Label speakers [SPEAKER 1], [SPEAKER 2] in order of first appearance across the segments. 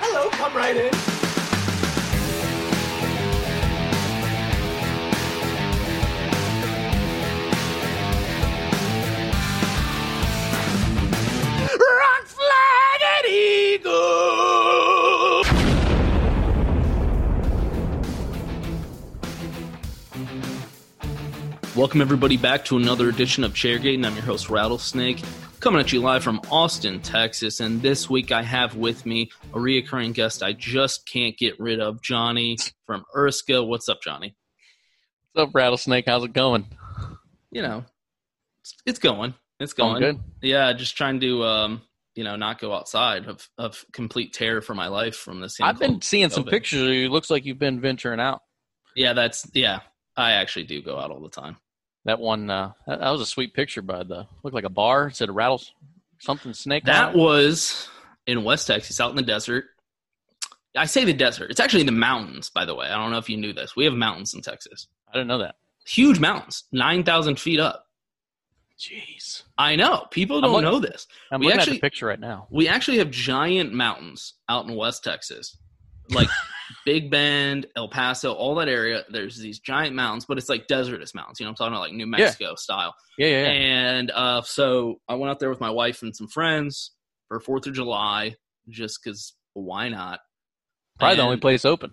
[SPEAKER 1] Hello, come right in. Rock flag and eagle.
[SPEAKER 2] Welcome, everybody, back to another edition of Chairgate, and I'm your host, Rattlesnake, coming at you live from Austin, Texas. And this week, I have with me a reoccurring guest I just can't get rid of, Johnny from Erska. What's up, Johnny?
[SPEAKER 3] What's up, Rattlesnake? How's it going?
[SPEAKER 2] You know, it's, it's going. It's
[SPEAKER 3] Going
[SPEAKER 2] going.
[SPEAKER 3] good?
[SPEAKER 2] Yeah, just trying to, um, you know, not go outside of, of complete terror for my life from this. thing
[SPEAKER 3] I've been
[SPEAKER 2] called
[SPEAKER 3] seeing some
[SPEAKER 2] COVID.
[SPEAKER 3] pictures of you. Looks like you've been venturing out.
[SPEAKER 2] Yeah, that's, yeah, I actually do go out all the time.
[SPEAKER 3] That one, uh, that, that was a sweet picture, bud. The looked like a bar. It said rattles something snake.
[SPEAKER 2] That
[SPEAKER 3] was
[SPEAKER 2] was in West Texas, out in the desert. I say the desert. It's actually the mountains, by the way. I don't know if you knew this. We have mountains in Texas.
[SPEAKER 3] I didn't know that.
[SPEAKER 2] Huge mountains, 9,000 feet up.
[SPEAKER 3] Jeez,
[SPEAKER 2] I know. People
[SPEAKER 3] I'm
[SPEAKER 2] don't
[SPEAKER 3] looking-
[SPEAKER 2] know this.
[SPEAKER 3] I'm
[SPEAKER 2] We
[SPEAKER 3] looking
[SPEAKER 2] actually-
[SPEAKER 3] at the picture right now.
[SPEAKER 2] We actually have giant mountains out in West Texas, like Big Bend, El Paso, all that area. There's these giant mountains, but it's like desertous mountains. You know, I'm talking about like New Mexico style.
[SPEAKER 3] Yeah, yeah, yeah.
[SPEAKER 2] And uh, so I went out there with my wife and some friends for Fourth of July, just because why not?
[SPEAKER 3] Probably the
[SPEAKER 2] And-
[SPEAKER 3] only place open.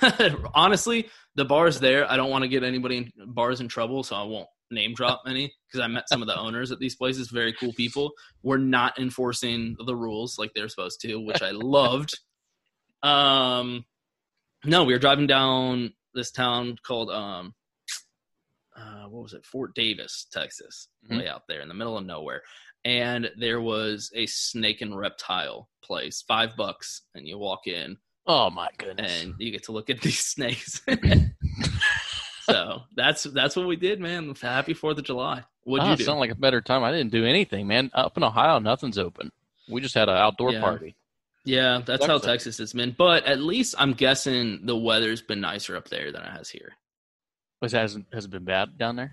[SPEAKER 2] honestly, the bars there. I don't want to get anybody in bars in trouble, so I won't name drop any because I met some of the owners at these places. Very cool people. We're not enforcing the rules like they're supposed to, which I loved. Um, no, we were driving down this town called um, uh, what was it, Fort Davis, Texas,
[SPEAKER 3] Mhm.
[SPEAKER 2] way out there in the middle of nowhere. And there was a snake and reptile place, five bucks, and you walk in,
[SPEAKER 3] Oh my goodness.
[SPEAKER 2] and you get to look at these snakes. so that's that's what we did, man. Happy Fourth of July. What'd
[SPEAKER 3] Ah,
[SPEAKER 2] you do?
[SPEAKER 3] Sound like a better time. I didn't do anything, man. Up in Ohio, nothing's open. We just had an outdoor
[SPEAKER 2] Yeah.
[SPEAKER 3] party.
[SPEAKER 2] yeah, that's how
[SPEAKER 3] Sucks, though.
[SPEAKER 2] Texas has been. But at least I'm guessing the weather's been nicer up there than it has here.
[SPEAKER 3] Was hasn't has it been bad down there?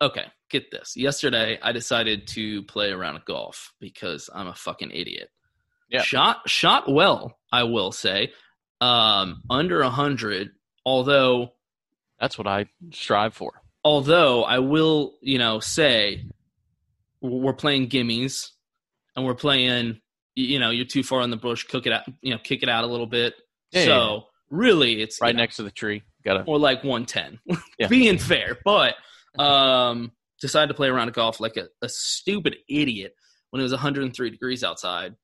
[SPEAKER 2] Okay, get this. Yesterday, I decided to play a round of golf because I'm a fucking idiot.
[SPEAKER 3] Yeah.
[SPEAKER 2] Shot shot well, I will say. Um, under hundred, although
[SPEAKER 3] That's what I strive for.
[SPEAKER 2] although I will, you know, say w- we're playing gimmies and we're playing, y- you know, you're too far on the bush, cook it out, you know, kick it out a little bit.
[SPEAKER 3] Yeah,
[SPEAKER 2] so
[SPEAKER 3] yeah, yeah.
[SPEAKER 2] really, it's
[SPEAKER 3] Right
[SPEAKER 2] you know,
[SPEAKER 3] next to the tree. Got to
[SPEAKER 2] or like 110,
[SPEAKER 3] Yeah.
[SPEAKER 2] being fair. But um, decided to play around of golf like a, a stupid idiot when it was 103 degrees outside.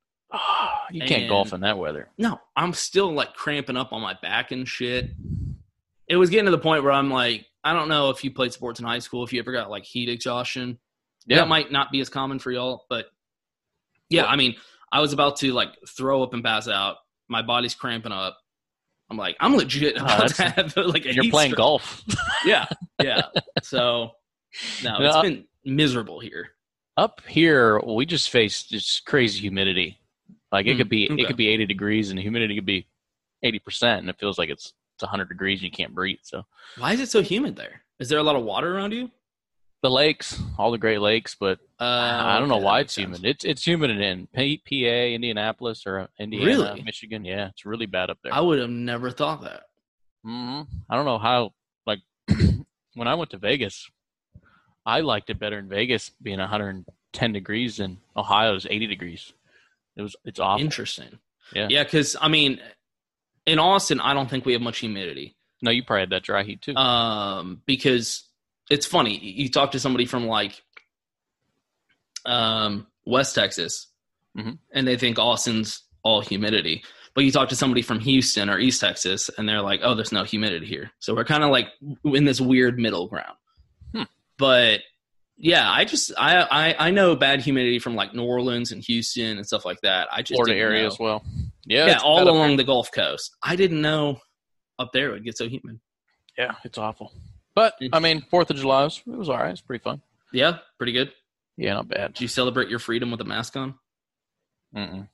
[SPEAKER 3] you can't
[SPEAKER 2] Oh, and-
[SPEAKER 3] golf in that weather.
[SPEAKER 2] No, I'm still like cramping up on my back and shit. It was getting to the point where I'm like, I don't know if you played sports in high school, if you ever got like heat exhaustion.
[SPEAKER 3] Yeah.
[SPEAKER 2] That might not be as common for y'all, but yeah, I mean, I was about to like throw up and pass out. My body's cramping up. I'm like, I'm legit
[SPEAKER 3] Oh,
[SPEAKER 2] about to
[SPEAKER 3] that's-
[SPEAKER 2] have like a
[SPEAKER 3] And you're
[SPEAKER 2] heat
[SPEAKER 3] playing
[SPEAKER 2] stroke.
[SPEAKER 3] golf.
[SPEAKER 2] Yeah, yeah. So no,
[SPEAKER 3] No,
[SPEAKER 2] it's
[SPEAKER 3] I-
[SPEAKER 2] been miserable here.
[SPEAKER 3] Up here, we just face just crazy humidity. Like it
[SPEAKER 2] Hmm,
[SPEAKER 3] could be
[SPEAKER 2] okay.
[SPEAKER 3] it could be 80 degrees and the humidity could be 80% and it feels like it's it's 100 degrees and you can't breathe. So
[SPEAKER 2] Why is it so humid there? Is there a lot of water around you?
[SPEAKER 3] the lakes, all the Great Lakes, but
[SPEAKER 2] Uh,
[SPEAKER 3] I don't know
[SPEAKER 2] okay,
[SPEAKER 3] why
[SPEAKER 2] that
[SPEAKER 3] it's
[SPEAKER 2] makes sense.
[SPEAKER 3] humid. It's it's humid in P- PA, Indianapolis, or uh, Indiana,
[SPEAKER 2] Really?
[SPEAKER 3] Michigan. Yeah, it's really bad up there.
[SPEAKER 2] I would have never thought that.
[SPEAKER 3] hmm I don't know how. Like when I went to Vegas, I liked it better in Vegas being 110 degrees than Ohio's 80 degrees. It was it's awful.
[SPEAKER 2] Interesting.
[SPEAKER 3] Yeah.
[SPEAKER 2] Yeah, because I mean, in Austin, I don't think we have much humidity.
[SPEAKER 3] No, you probably had that dry heat too.
[SPEAKER 2] um, because it's funny. You talk to somebody from like um, West Texas,
[SPEAKER 3] Mhm.
[SPEAKER 2] and they think Austin's all humidity. But you talk to somebody from Houston or East Texas, and they're like, "Oh, there's no humidity here." So we're kind of like in this weird middle ground.
[SPEAKER 3] Hmm.
[SPEAKER 2] But yeah, I just I, I I know bad humidity from like New Orleans and Houston and stuff like that. I just
[SPEAKER 3] Florida
[SPEAKER 2] didn't
[SPEAKER 3] area
[SPEAKER 2] know.
[SPEAKER 3] as well. Yeah,
[SPEAKER 2] Yeah,
[SPEAKER 3] it's bad
[SPEAKER 2] all
[SPEAKER 3] up-
[SPEAKER 2] along the Gulf Coast. I didn't know up there it would get so humid.
[SPEAKER 3] yeah, it's awful. But
[SPEAKER 2] It-
[SPEAKER 3] I mean, Fourth of July was, it was all right. It's pretty fun.
[SPEAKER 2] Yeah, pretty good.
[SPEAKER 3] Yeah, not bad.
[SPEAKER 2] Do you celebrate your freedom with a mask on?
[SPEAKER 3] Mm-mm.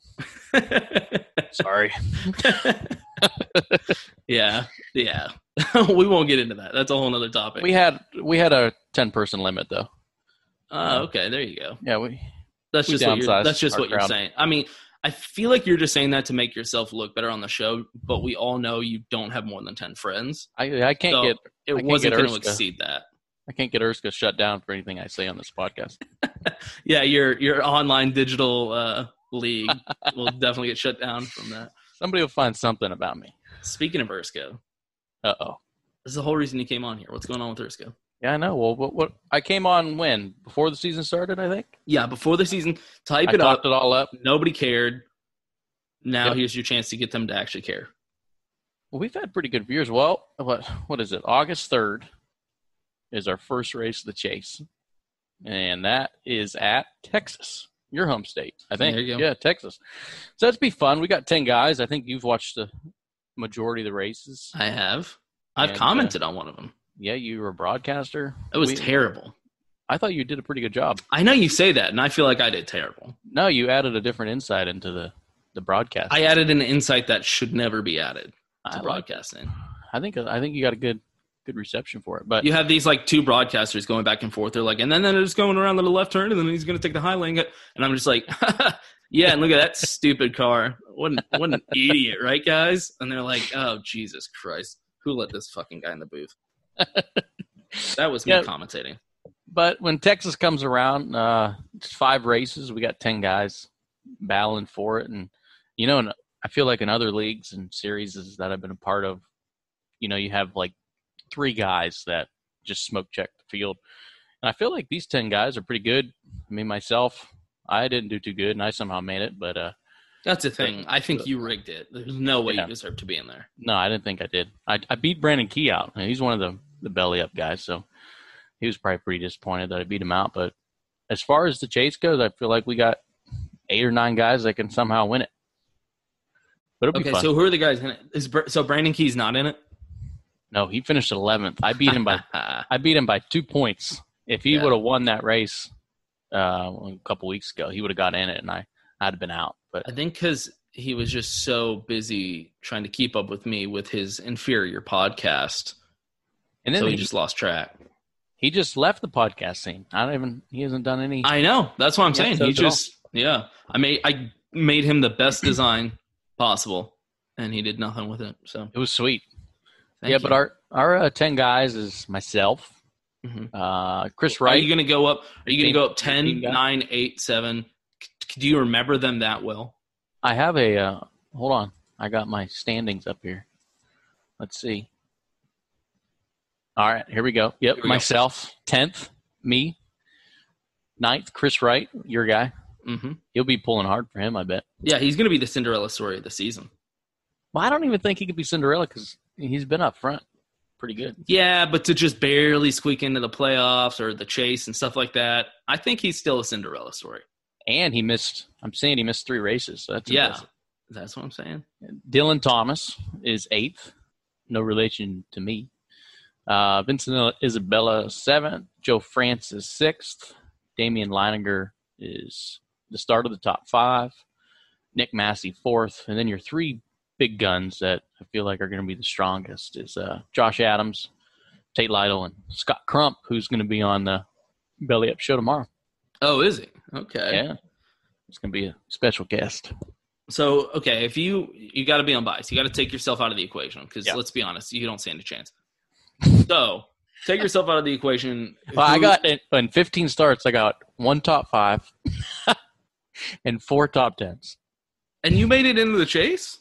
[SPEAKER 3] Sorry.
[SPEAKER 2] yeah, yeah. we won't get into that. That's a whole nother topic.
[SPEAKER 3] We had we had a 10 person limit though.
[SPEAKER 2] oh, okay, there you go.
[SPEAKER 3] Yeah, we
[SPEAKER 2] That's
[SPEAKER 3] We
[SPEAKER 2] just what you're,
[SPEAKER 3] downsized
[SPEAKER 2] that's just
[SPEAKER 3] our
[SPEAKER 2] what you're
[SPEAKER 3] crowd.
[SPEAKER 2] saying. I mean, I feel like you're just saying that to make yourself look better on the show, but we all know you don't have more than ten friends.
[SPEAKER 3] I I can't
[SPEAKER 2] So,
[SPEAKER 3] get
[SPEAKER 2] It
[SPEAKER 3] I can't
[SPEAKER 2] wasn't
[SPEAKER 3] get
[SPEAKER 2] going to
[SPEAKER 3] Urska.
[SPEAKER 2] exceed that.
[SPEAKER 3] I can't get Erska shut down for anything I say on this podcast.
[SPEAKER 2] Yeah, your your online digital uh, league will definitely get shut down from that.
[SPEAKER 3] Somebody will find something about me.
[SPEAKER 2] Speaking of Ersko,
[SPEAKER 3] Uh oh.
[SPEAKER 2] this is the whole reason you came on here. What's going on with Ersko?
[SPEAKER 3] Yeah, I know. Well, what, what I came on when before the season started, I think.
[SPEAKER 2] Yeah, before the season, type
[SPEAKER 3] I
[SPEAKER 2] it up.
[SPEAKER 3] talked it all up.
[SPEAKER 2] Nobody cared. Now
[SPEAKER 3] Yep.
[SPEAKER 2] here's your chance to get them to actually care.
[SPEAKER 3] Well, we've had pretty good viewers. Well, what what is it? August third is our first race of the chase, and that is at Texas, your home state, I think.
[SPEAKER 2] There you go.
[SPEAKER 3] Yeah, Texas. So that's be fun. We got ten guys. I think you've watched the majority of the races.
[SPEAKER 2] I have. I've
[SPEAKER 3] And, uh,
[SPEAKER 2] commented on one of them.
[SPEAKER 3] Yeah, you were a broadcaster.
[SPEAKER 2] It was
[SPEAKER 3] We-
[SPEAKER 2] terrible.
[SPEAKER 3] I thought you did a pretty good job.
[SPEAKER 2] I know you say that, and I feel like I did terrible.
[SPEAKER 3] No, you added a different insight into the the broadcast.
[SPEAKER 2] I added an insight that should never be added
[SPEAKER 3] I
[SPEAKER 2] to
[SPEAKER 3] like-
[SPEAKER 2] broadcasting.
[SPEAKER 3] I think I think you got a good good reception for it. But
[SPEAKER 2] You have these like two broadcasters going back and forth. They're like, and then then it's going around the left turn, and then he's going to take the high lane. And I'm just like, yeah. And look at that stupid car. What an, what an idiot, right, guys? And they're like, oh Jesus Christ, who let this fucking guy in the booth? That was me
[SPEAKER 3] Yeah.
[SPEAKER 2] commentating.
[SPEAKER 3] but when Texas comes around, uh, it's five races. We got ten guys battling for it, and you know, and I feel like in other leagues and series that I've been a part of, you know, you have like three guys that just smoke check the field, and I feel like these ten guys are pretty good. I mean, myself, I didn't do too good, and I somehow made it, but uh,
[SPEAKER 2] That's the thing. I think you rigged it. There's no way
[SPEAKER 3] Yeah.
[SPEAKER 2] you deserve to be in there.
[SPEAKER 3] No, I didn't think I did. I, I beat Brandon Key out. and He's one of the, the belly up guys, so he was probably pretty disappointed that I beat him out. But as far as the chase goes, I feel like we got eight or nine guys that can somehow win it. But it'll
[SPEAKER 2] Okay,
[SPEAKER 3] be fun.
[SPEAKER 2] so who are the guys in it? Is Br- so Brandon Key's not in it?
[SPEAKER 3] no, he finished eleventh. I beat him by I beat him by two points. If he
[SPEAKER 2] Yeah.
[SPEAKER 3] would have won that race uh, a couple weeks ago, he would have got in it, and I I'd have been out. But
[SPEAKER 2] I think because he was just so busy trying to keep up with me with his inferior podcast,
[SPEAKER 3] and then
[SPEAKER 2] so he,
[SPEAKER 3] he,
[SPEAKER 2] just lost track.
[SPEAKER 3] he just left the podcast scene. I don't even he hasn't done any.
[SPEAKER 2] I know. That's what I'm
[SPEAKER 3] Yeah,
[SPEAKER 2] saying.
[SPEAKER 3] so
[SPEAKER 2] He
[SPEAKER 3] did all.
[SPEAKER 2] just yeah. I made I made him the best design possible, and he did nothing with it. So
[SPEAKER 3] it was sweet.
[SPEAKER 2] thank
[SPEAKER 3] yeah,
[SPEAKER 2] you.
[SPEAKER 3] but our our uh, ten guys is myself,
[SPEAKER 2] Mhm.
[SPEAKER 3] uh, Chris
[SPEAKER 2] are
[SPEAKER 3] Wright.
[SPEAKER 2] you going to go up? Are you going
[SPEAKER 3] Team-
[SPEAKER 2] to go up
[SPEAKER 3] team
[SPEAKER 2] 10,
[SPEAKER 3] guy?
[SPEAKER 2] 9, 8, 7? C- Do you remember them that well?
[SPEAKER 3] I have a uh, hold on. I got my standings up here. Let's see. All right, here we go. Yep,
[SPEAKER 2] Here we go.
[SPEAKER 3] myself, tenth, me, ninth, Chris Wright, your guy.
[SPEAKER 2] hmm
[SPEAKER 3] He'll be pulling hard for him, I bet.
[SPEAKER 2] Yeah, he's going to be the Cinderella story of the season.
[SPEAKER 3] Well, I don't even think he could be Cinderella because he's been up front, pretty good.
[SPEAKER 2] Yeah, but to just barely squeak into the playoffs or the chase and stuff like that, I think he's still a Cinderella story.
[SPEAKER 3] And he missed. I'm saying he missed three races. So that's
[SPEAKER 2] yeah,
[SPEAKER 3] impressive.
[SPEAKER 2] that's what I'm saying.
[SPEAKER 3] Dylan Thomas is eighth, no relation to me. Uh, Vincent Isabella seventh, Joe Francis sixth, Damian Leininger is the start of the top five, Nick Massey fourth, and then your three big guns that I feel like are going to be the strongest is uh, Josh Adams, Tate Lytle, and Scott Crump, who's going to be on the Belly Up show tomorrow.
[SPEAKER 2] Oh, is he? Okay.
[SPEAKER 3] Yeah, it's going to be a special guest.
[SPEAKER 2] So okay, if you you got to be unbiased, you got to take yourself out of the equation because
[SPEAKER 3] Yeah.
[SPEAKER 2] let's be honest, you don't stand a chance. So take yourself out of the equation.
[SPEAKER 3] Well, I
[SPEAKER 2] Who-
[SPEAKER 3] got in, in 15 starts. I got one top five and four top tens.
[SPEAKER 2] and you made it into the chase.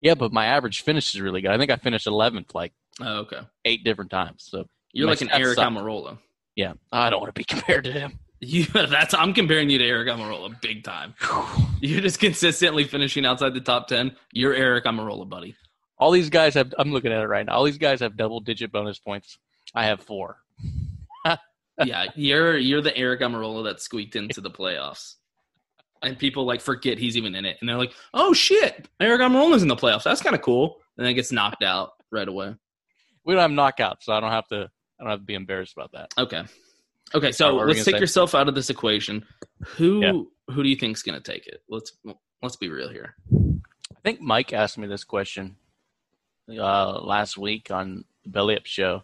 [SPEAKER 3] Yeah, but my average finish is really good. I think I finished 11th like
[SPEAKER 2] Oh, okay,
[SPEAKER 3] eight different times. So
[SPEAKER 2] you're
[SPEAKER 3] My
[SPEAKER 2] like an
[SPEAKER 3] stats
[SPEAKER 2] Eric
[SPEAKER 3] suck.
[SPEAKER 2] Amarola.
[SPEAKER 3] yeah, I don't want to be compared to him.
[SPEAKER 2] You that's I'm comparing you to Eric Amarola big time. You're just consistently finishing outside the top ten. You're Eric Amarola, buddy.
[SPEAKER 3] All these guys have. I'm looking at it right now. All these guys have double digit bonus points. I have four.
[SPEAKER 2] Yeah, you're you're the Eric Amarola that squeaked into the playoffs. And people like forget he's even in it, and they're like, "Oh shit, Eric Amarola's in the playoffs. That's kind of cool." And then gets knocked out right away.
[SPEAKER 3] We don't have knockouts, so I don't have to. I don't have to be embarrassed about that.
[SPEAKER 2] Okay, okay. So
[SPEAKER 3] What were we
[SPEAKER 2] let's
[SPEAKER 3] gonna
[SPEAKER 2] take
[SPEAKER 3] say?
[SPEAKER 2] yourself out of this equation. Who who do you think's gonna take it? Let's let's be real here.
[SPEAKER 3] I think Mike asked me this question uh, last week on the Belly Up Show.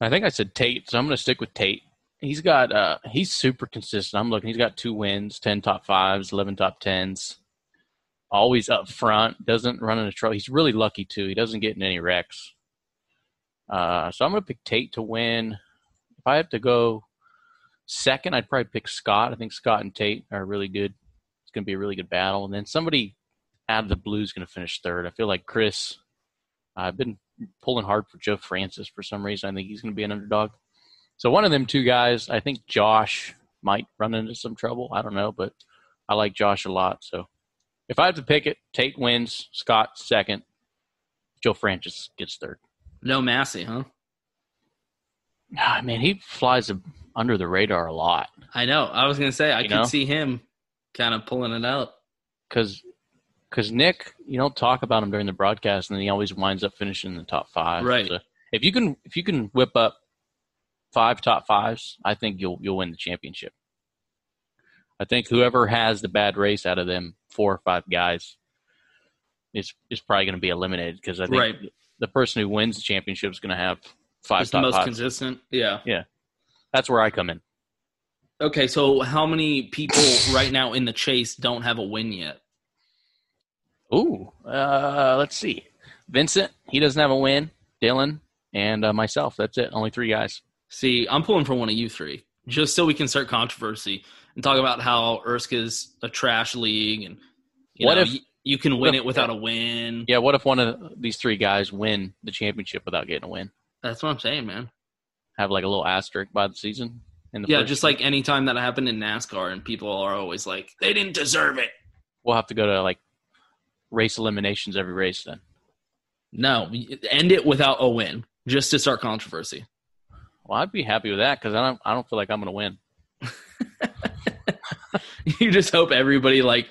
[SPEAKER 3] I think I said Tate, so I'm going to stick with Tate. He's got uh, he's super consistent. I'm looking. He's got two wins, ten top fives, eleven top tens. Always up front. Doesn't run into trouble. He's really lucky too. He doesn't get in any wrecks. Uh, so I'm going to pick Tate to win. If I have to go second, I'd probably pick Scott. I think Scott and Tate are really good. It's going to be a really good battle. And then somebody out of the blue is going to finish third. I feel like Chris. uh, I've been pulling hard for Joe Francis for some reason. I think he's going to be an underdog. So one of them two guys. I think Josh might run into some trouble. I don't know, but I like Josh a lot. So if I have to pick it, Tate wins. Scott second. Joe Francis gets third.
[SPEAKER 2] No Massey, huh?
[SPEAKER 3] Ah, man, he flies a, under the radar a lot
[SPEAKER 2] I know. I was gonna say I
[SPEAKER 3] You
[SPEAKER 2] could
[SPEAKER 3] know?
[SPEAKER 2] see him kind of pulling it out.
[SPEAKER 3] because Nick, you don't talk about him during the broadcast, and then he always winds up finishing in the top five.
[SPEAKER 2] Right.
[SPEAKER 3] So if you can, if you can whip up five top fives, I think you'll you'll win the championship. I think whoever has the bad race out of them four or five guys is is probably going to be eliminated because I think
[SPEAKER 2] Right.
[SPEAKER 3] the person who wins the championship is going to have five
[SPEAKER 2] Just the
[SPEAKER 3] top
[SPEAKER 2] most
[SPEAKER 3] fives.
[SPEAKER 2] consistent. Yeah.
[SPEAKER 3] That's where I come in.
[SPEAKER 2] Okay, so how many people right now in the chase don't have a win yet?
[SPEAKER 3] Ooh, uh, let's see. Vincent, he doesn't have a win. Dylan and uh, myself. That's it. Only three guys.
[SPEAKER 2] See, I'm pulling for one of you three, just so we can start controversy and talk about how Erska's a trash league and you
[SPEAKER 3] What
[SPEAKER 2] know,
[SPEAKER 3] if-
[SPEAKER 2] y- you can win
[SPEAKER 3] if-
[SPEAKER 2] it without a win.
[SPEAKER 3] Yeah, what if one of these three guys win the championship without getting a win?
[SPEAKER 2] That's what I'm saying, man.
[SPEAKER 3] Have like a little asterisk by the season. In the
[SPEAKER 2] Yeah,
[SPEAKER 3] first-
[SPEAKER 2] just like any time that happened in NASCAR, and people are always like, they didn't deserve it.
[SPEAKER 3] we'll have to go to like race eliminations every race then.
[SPEAKER 2] No, y- end it without a win, just to start controversy.
[SPEAKER 3] Well, I'd be happy with that because I don't. I don't feel like I'm going to win.
[SPEAKER 2] you just hope everybody like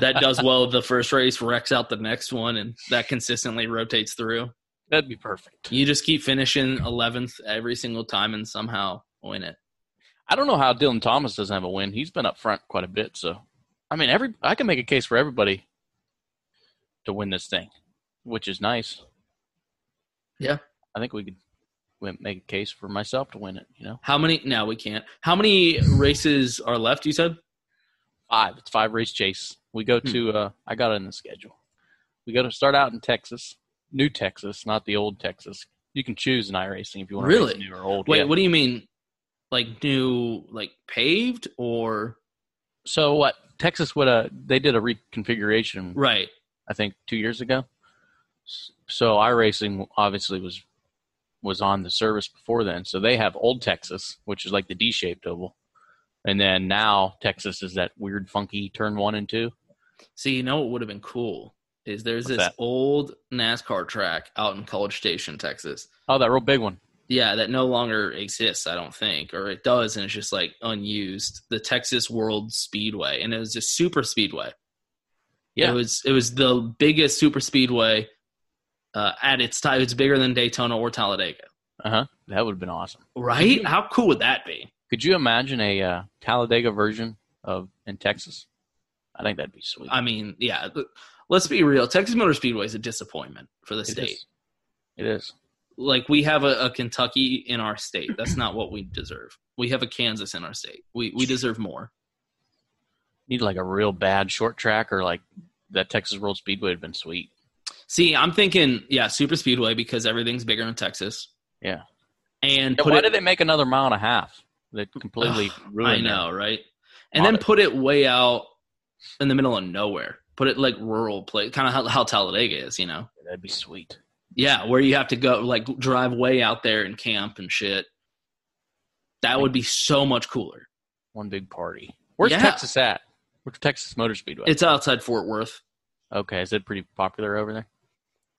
[SPEAKER 2] that does well the first race wrecks out the next one and that consistently rotates through
[SPEAKER 3] That'd be perfect.
[SPEAKER 2] you just keep finishing 11th every single time and somehow win it
[SPEAKER 3] I don't know how Dylan Thomas doesn't have a win. He's been up front quite a bit, so I mean, every I can make a case for everybody to win this thing, which is nice.
[SPEAKER 2] Yeah.
[SPEAKER 3] I think we could win- make a case for myself to win it. You know,
[SPEAKER 2] how many no we can't how many races are left you said
[SPEAKER 3] five. It's five race chase. We go
[SPEAKER 2] Hmm.
[SPEAKER 3] to. Uh, I got it in the schedule. We go to start out in Texas, New Texas, not the old Texas. You can choose an iRacing if you want to
[SPEAKER 2] Really?
[SPEAKER 3] race new or old.
[SPEAKER 2] wait
[SPEAKER 3] yeah.
[SPEAKER 2] what do you mean like new like paved or
[SPEAKER 3] so what? Texas would uh they did a reconfiguration
[SPEAKER 2] right
[SPEAKER 3] I think two years ago. S- So iRacing obviously was was on the service before then. So they have old Texas, which is like the D-shaped oval, and then now Texas is that weird, funky turn one and two.
[SPEAKER 2] see you know what would have been cool is there's
[SPEAKER 3] What's
[SPEAKER 2] this
[SPEAKER 3] that?
[SPEAKER 2] old nascar track out in college station texas
[SPEAKER 3] Oh, that real big one.
[SPEAKER 2] yeah that no longer exists i don't think or it does and it's just like unused the texas world speedway and it was a super speedway
[SPEAKER 3] Yeah.
[SPEAKER 2] it was it was the biggest super speedway uh, at its time it's bigger than daytona or talladega
[SPEAKER 3] Uh huh. That would have been awesome.
[SPEAKER 2] right how cool would that be
[SPEAKER 3] Could you imagine a uh, Talladega version of in Texas. I think that'd be sweet.
[SPEAKER 2] I mean, yeah. but Let's be real. Texas Motor Speedway is a disappointment for the
[SPEAKER 3] It
[SPEAKER 2] state.
[SPEAKER 3] is. It is.
[SPEAKER 2] Like we have a, a Kentucky in our state. That's not what we deserve. We have a Kansas in our state. We we deserve more.
[SPEAKER 3] Need like a real bad short track or like that Texas World Speedway would have been sweet.
[SPEAKER 2] See, I'm thinking, yeah, Super Speedway because everything's bigger in Texas.
[SPEAKER 3] Yeah.
[SPEAKER 2] And
[SPEAKER 3] And
[SPEAKER 2] put
[SPEAKER 3] why
[SPEAKER 2] it,
[SPEAKER 3] did they make another mile and a half? That completely
[SPEAKER 2] I
[SPEAKER 3] ruined.
[SPEAKER 2] know,
[SPEAKER 3] it.
[SPEAKER 2] right? And then
[SPEAKER 3] Modern.
[SPEAKER 2] put it way out in the middle of nowhere. Put it like rural place, kind of how, how Talladega is, you know?
[SPEAKER 3] That'd be sweet.
[SPEAKER 2] Yeah, where you have to go, like drive way out there and camp and shit. That would be so much cooler.
[SPEAKER 3] One big party. Where's
[SPEAKER 2] Yeah.
[SPEAKER 3] Texas at? Where's Texas Motor Speedway?
[SPEAKER 2] It's outside Fort Worth.
[SPEAKER 3] okay, is it pretty popular over there?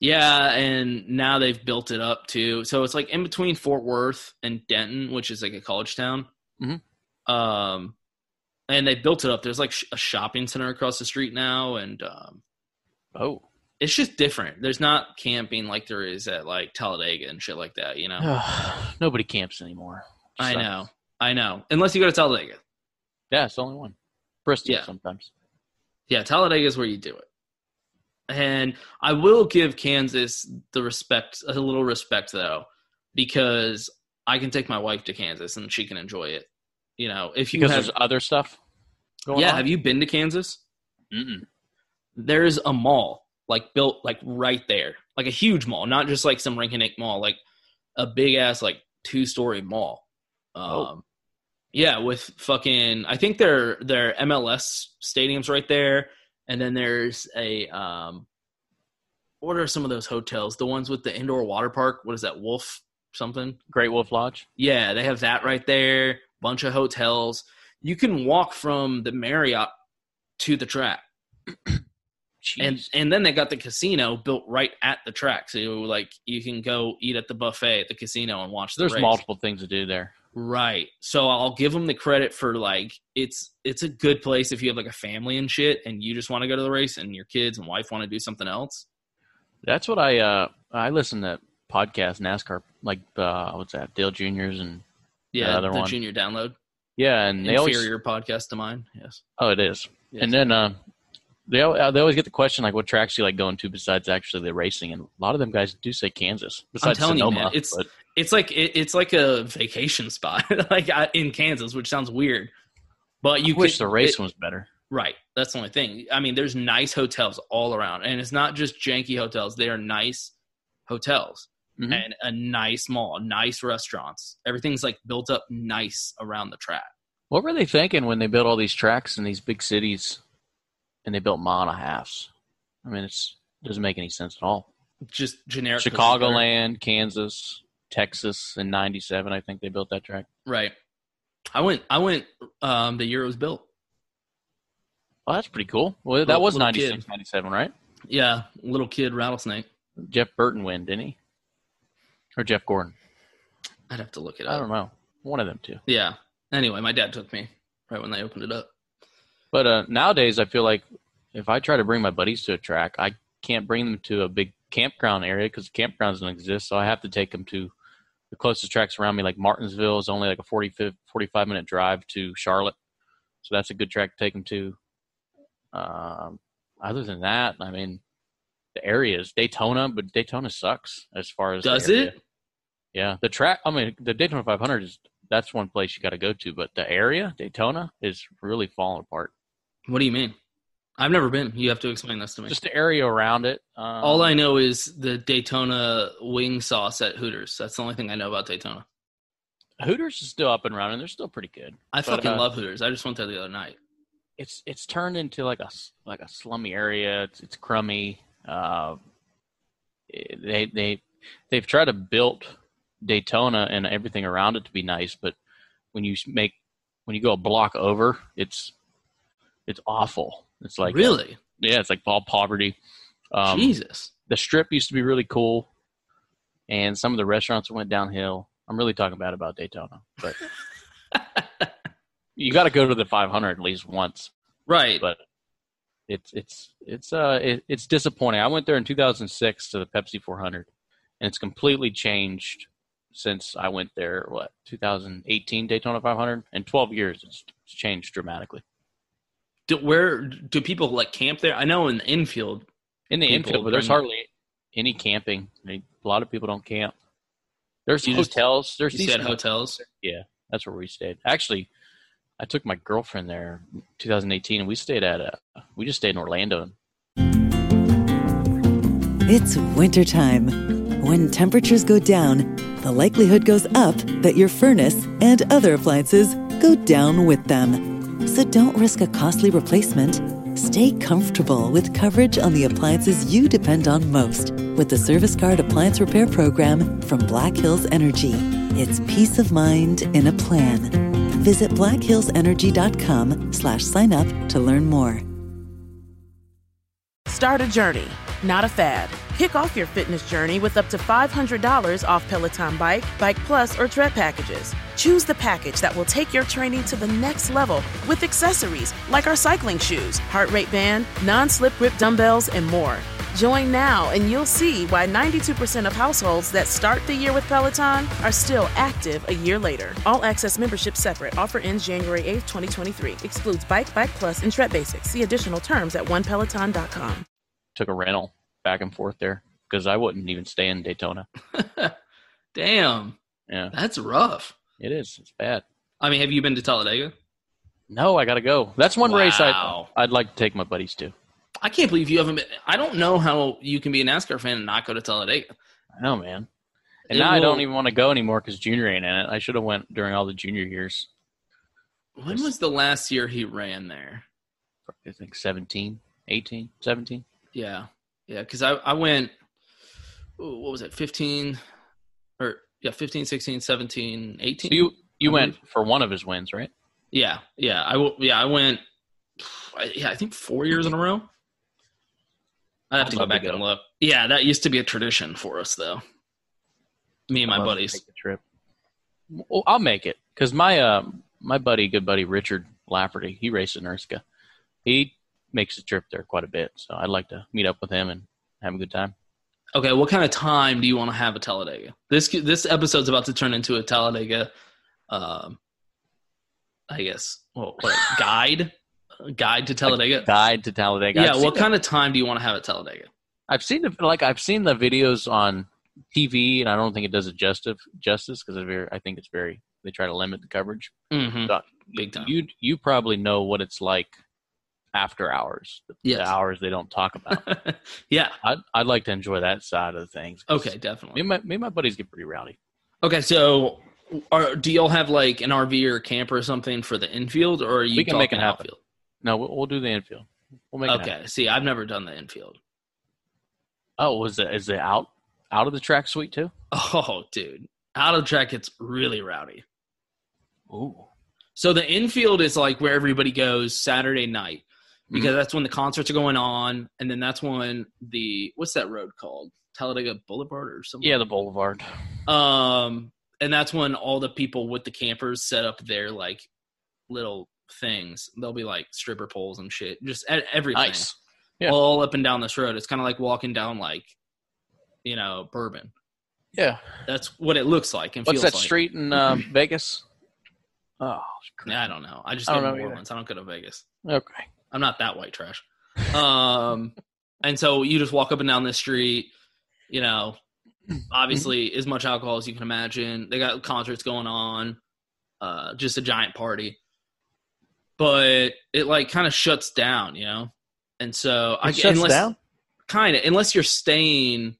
[SPEAKER 2] Yeah, and now they've built it up too. So it's like in between Fort Worth and Denton, which is like a college town.
[SPEAKER 3] Mhm.
[SPEAKER 2] Um, and they built it up. There's like sh- a shopping center across the street now, and um,
[SPEAKER 3] Oh,
[SPEAKER 2] it's just different. There's not camping like there is at like Talladega and shit like that. You know,
[SPEAKER 3] nobody camps anymore.
[SPEAKER 2] I
[SPEAKER 3] Oh, Sucks.
[SPEAKER 2] know, I know. Unless you go to Talladega,
[SPEAKER 3] Yeah, it's the only one. Bristol
[SPEAKER 2] Yeah.
[SPEAKER 3] sometimes.
[SPEAKER 2] yeah, Talladega is where you do it. And I will give Kansas the respect, a little respect though, because I can take my wife to Kansas and she can enjoy it. You know, if you
[SPEAKER 3] Because
[SPEAKER 2] have,
[SPEAKER 3] there's other stuff going
[SPEAKER 2] yeah,
[SPEAKER 3] on.
[SPEAKER 2] have you been to Kansas?
[SPEAKER 3] Mm-mm.
[SPEAKER 2] There's a mall like built like right there, like a huge mall, not just like some rinky-dink mall, like a big ass like two-story mall. Um,
[SPEAKER 3] Oh.
[SPEAKER 2] yeah, with fucking, I think their their MLS stadiums right there, and then there's a um, what are some of those hotels? The ones with the indoor water park. What is that? Wolf something.
[SPEAKER 3] Great Wolf Lodge.
[SPEAKER 2] Yeah, they have that right there. Bunch of hotels. You can walk from the Marriott to the track, and
[SPEAKER 3] Jeez.
[SPEAKER 2] and then they got the casino built right at the track, so like you can go eat at the buffet at the casino and watch. The
[SPEAKER 3] there's
[SPEAKER 2] race.
[SPEAKER 3] multiple things to do there.
[SPEAKER 2] right? So I'll give them the credit for like it's it's a good place if you have like a family and shit, and you just want to go to the race, and your kids and wife want to do something else.
[SPEAKER 3] That's what I uh I listen to podcasts NASCAR like uh what's that Dale Juniors and
[SPEAKER 2] Yeah,
[SPEAKER 3] Another
[SPEAKER 2] the
[SPEAKER 3] one.
[SPEAKER 2] junior download
[SPEAKER 3] yeah and they always
[SPEAKER 2] inferior podcast to mine. Yes,
[SPEAKER 3] oh it is
[SPEAKER 2] Yes.
[SPEAKER 3] and then uh they al- uh, they always get the question like what tracks you like going to besides actually the racing and a lot of them guys do say Kansas besides
[SPEAKER 2] telling you,
[SPEAKER 3] Sonoma
[SPEAKER 2] man, it's-
[SPEAKER 3] but
[SPEAKER 2] it's like it, it's like a vacation spot like I, in kansas which sounds weird but you
[SPEAKER 3] you wish
[SPEAKER 2] could-
[SPEAKER 3] the race
[SPEAKER 2] it-
[SPEAKER 3] was better
[SPEAKER 2] right that's the only thing i mean there's nice hotels all around and it's not just janky hotels they are nice hotels
[SPEAKER 3] Mhm.
[SPEAKER 2] and a nice mall nice restaurants everything's like built up nice around the track
[SPEAKER 3] what were they thinking when they built all these tracks in these big cities and they built mile and a halves I mean it's it doesn't make any sense at all
[SPEAKER 2] just generic
[SPEAKER 3] Chicagoland Kansas Texas in '97 I think they built that track
[SPEAKER 2] right i went i went um the year it was built
[SPEAKER 3] Well, Oh, that's pretty cool. Well, that
[SPEAKER 2] Little-
[SPEAKER 3] was
[SPEAKER 2] little
[SPEAKER 3] 96, 97, right?
[SPEAKER 2] yeah little kid rattlesnake
[SPEAKER 3] Jeff Burton win, didn't he? Or Jeff Gordon?
[SPEAKER 2] i'd have to look it up
[SPEAKER 3] I don't know. One of them two.
[SPEAKER 2] yeah anyway my dad took me right when they opened it up
[SPEAKER 3] But uh, nowadays, I feel like if I try to bring my buddies to a track, I can't bring them to a big campground area because campgrounds don't exist. So I have to take them to the closest tracks around me. Like Martinsville is only like a 40, 45 minute drive to Charlotte. So that's a good track to take them to. Um, other than that, I mean, the area is Daytona, but Daytona sucks as far as. the
[SPEAKER 2] Does
[SPEAKER 3] area.
[SPEAKER 2] it?
[SPEAKER 3] Yeah, the track. I mean, the Daytona 500 is that's one place you got to go to, but the area Daytona is really falling apart.
[SPEAKER 2] What do you mean? I've never been. You have to explain this to me.
[SPEAKER 3] Just the area around it. Um,
[SPEAKER 2] All I know is the Daytona wing sauce at Hooters. That's the only thing I know about Daytona.
[SPEAKER 3] Hooters is still up and running. They're still pretty good.
[SPEAKER 2] I
[SPEAKER 3] But,
[SPEAKER 2] fucking
[SPEAKER 3] uh,
[SPEAKER 2] love Hooters. I just went there the other night.
[SPEAKER 3] It's it's turned into like a s- like a slummy area. It's, it's crummy. Uh, eh, they they they've tried to build Daytona and everything around it to be nice, but when you s- make when you go a block over, it's it's awful. It's like
[SPEAKER 2] really?
[SPEAKER 3] yeah, it's like all poverty. Um,
[SPEAKER 2] Jesus.
[SPEAKER 3] the strip used to be really cool, and some of the restaurants went downhill. I'm really talking bad about Daytona, but you got to go to the 500 at least once.
[SPEAKER 2] Right.
[SPEAKER 3] But it's it's it's uh it, it's disappointing. I went there in 2006 to the Pepsi 400, and it's completely changed since I went there. What 2018 Daytona 500 in 12 years, it's, it's changed dramatically.
[SPEAKER 2] Do, where do people like camp there? I know in the infield.
[SPEAKER 3] in the
[SPEAKER 2] People
[SPEAKER 3] infield, but there's
[SPEAKER 2] bring-
[SPEAKER 3] hardly any camping. I mean, a lot of people don't camp. There's
[SPEAKER 2] You just-
[SPEAKER 3] hotels. there's uh,
[SPEAKER 2] You said
[SPEAKER 3] decent
[SPEAKER 2] hotels.
[SPEAKER 3] Yeah, that's where we stayed. Actually, I took my girlfriend there, in 2018, and we stayed at a. We just stayed in Orlando.
[SPEAKER 4] It's wintertime. When temperatures go down, the likelihood goes up that your furnace and other appliances go down with them. So don't risk a costly replacement. Stay comfortable with coverage on the appliances you depend on most with the Service Guard Appliance Repair Program from Black Hills Energy. It's peace of mind in a plan. Visit blackhillsenergy.com slash sign up to learn more.
[SPEAKER 5] Start a journey, not a fad. Kick off your fitness journey with up to $500 off Peloton Bike, Bike Plus, or Tread packages. Choose the package that will take your training to the next level with accessories like our cycling shoes, heart rate band, non slip grip dumbbells, and more. Join now and you'll see why 92% of households that start the year with Peloton are still active a year later. All access membership separate. Offer ends January 8th, 2023. Excludes Bike, Bike Plus, and Tread Basics. See additional terms at onepeloton.com.
[SPEAKER 3] Took a rental back and forth there because I wouldn't even stay in Daytona.
[SPEAKER 2] Damn,
[SPEAKER 3] Yeah,
[SPEAKER 2] that's rough.
[SPEAKER 3] it is. It's bad.
[SPEAKER 2] I mean, have you been to Talladega?
[SPEAKER 3] No, I gotta go. That's one race I
[SPEAKER 2] Wow.
[SPEAKER 3] I'd like to take my buddies to.
[SPEAKER 2] I can't believe you haven't been. I don't know how you can be a NASCAR fan and not go to Talladega.
[SPEAKER 3] I know, man. And
[SPEAKER 2] It
[SPEAKER 3] now I don't
[SPEAKER 2] will-
[SPEAKER 3] even want to go anymore because Junior ain't in it. I should have went during all the junior years.
[SPEAKER 2] When was the last year he ran there?
[SPEAKER 3] I think 17, 18, 17.
[SPEAKER 2] Yeah, yeah. Because I I went. ooh, What was it? Fifteen, or yeah, 15, 16, 17, 18.
[SPEAKER 3] So you you
[SPEAKER 2] I
[SPEAKER 3] went for one of his wins, right?
[SPEAKER 2] yeah, yeah. I w- yeah I went. I- Yeah, I think four years in a row. I have to go
[SPEAKER 3] Love to
[SPEAKER 2] back
[SPEAKER 3] go.
[SPEAKER 2] and look. Yeah, that used to be a tradition for us though. Me and my
[SPEAKER 3] I'll have to
[SPEAKER 2] buddies.
[SPEAKER 3] Make the trip. Well, I'll make it because my uh, my buddy, good buddy Richard Lafferty, he raced in Erska. He makes the trip there quite a bit, so I'd like to meet up with him and have a good time.
[SPEAKER 2] Okay, what kind of time do you want to have a Talladega? This this episode's about to turn into a Talladega, um, I guess. Well, what, guide, guide to Talladega.
[SPEAKER 3] Guide to Talladega.
[SPEAKER 2] Yeah,
[SPEAKER 3] I've
[SPEAKER 2] what
[SPEAKER 3] seen
[SPEAKER 2] kind of time do you want to have at Talladega?
[SPEAKER 3] the- I've seen the like I've seen the videos on TV, and I don't think it does it justice justice because I think it's very they try to limit the coverage.
[SPEAKER 2] Mm-hmm.
[SPEAKER 3] Done.
[SPEAKER 2] Big time.
[SPEAKER 3] You you probably know what it's like after hours, the-
[SPEAKER 2] Yes.
[SPEAKER 3] the hours they don't talk about.
[SPEAKER 2] yeah.
[SPEAKER 3] I'd, I'd like to enjoy that side of the things. 'cause
[SPEAKER 2] Okay,
[SPEAKER 3] Me
[SPEAKER 2] definitely.
[SPEAKER 3] and, my, me and my buddies get pretty rowdy.
[SPEAKER 2] Okay, so are, do y'all have like an RV or a camper or something for the infield, or are you
[SPEAKER 3] We can make
[SPEAKER 2] talking
[SPEAKER 3] it happen.
[SPEAKER 2] outfield?
[SPEAKER 3] No, we'll, we'll do the infield. We'll make It happen.
[SPEAKER 2] Okay, see, I've never done the infield.
[SPEAKER 3] Oh, was it is it out out of the track suite too?
[SPEAKER 2] Oh, dude, out of track, it's really rowdy.
[SPEAKER 3] Ooh,
[SPEAKER 2] So the infield is like where everybody goes Saturday night because
[SPEAKER 3] Mm-hmm.
[SPEAKER 2] that's when the concerts are going on, and then that's when the what's that road called? Talladega Boulevard or something.
[SPEAKER 3] yeah, the Boulevard.
[SPEAKER 2] Um, and that's when all the people with the campers set up their like little things. They'll be like stripper poles and shit, just e- everything,
[SPEAKER 3] Nice. yeah.
[SPEAKER 2] all up and down this road. It's kind of like walking down like, you know, bourbon.
[SPEAKER 3] Yeah.
[SPEAKER 2] That's what it Mm-hmm. looks like. And
[SPEAKER 3] What's
[SPEAKER 2] feels
[SPEAKER 3] that
[SPEAKER 2] like.
[SPEAKER 3] street in uh, Vegas? Oh, crap.
[SPEAKER 2] I don't know. I just
[SPEAKER 3] I
[SPEAKER 2] go
[SPEAKER 3] don't
[SPEAKER 2] to
[SPEAKER 3] know
[SPEAKER 2] New
[SPEAKER 3] either.
[SPEAKER 2] Orleans. I don't go to Vegas.
[SPEAKER 3] okay.
[SPEAKER 2] I'm not that white trash. Um, and so you just walk up and down the street, you know, obviously
[SPEAKER 3] Mm-hmm.
[SPEAKER 2] as much alcohol as you can imagine. They got concerts going on, uh, just a giant party. But it like kind of shuts down, you know? And so I
[SPEAKER 3] It shuts
[SPEAKER 2] unless,
[SPEAKER 3] down?
[SPEAKER 2] Kind of, unless you're staying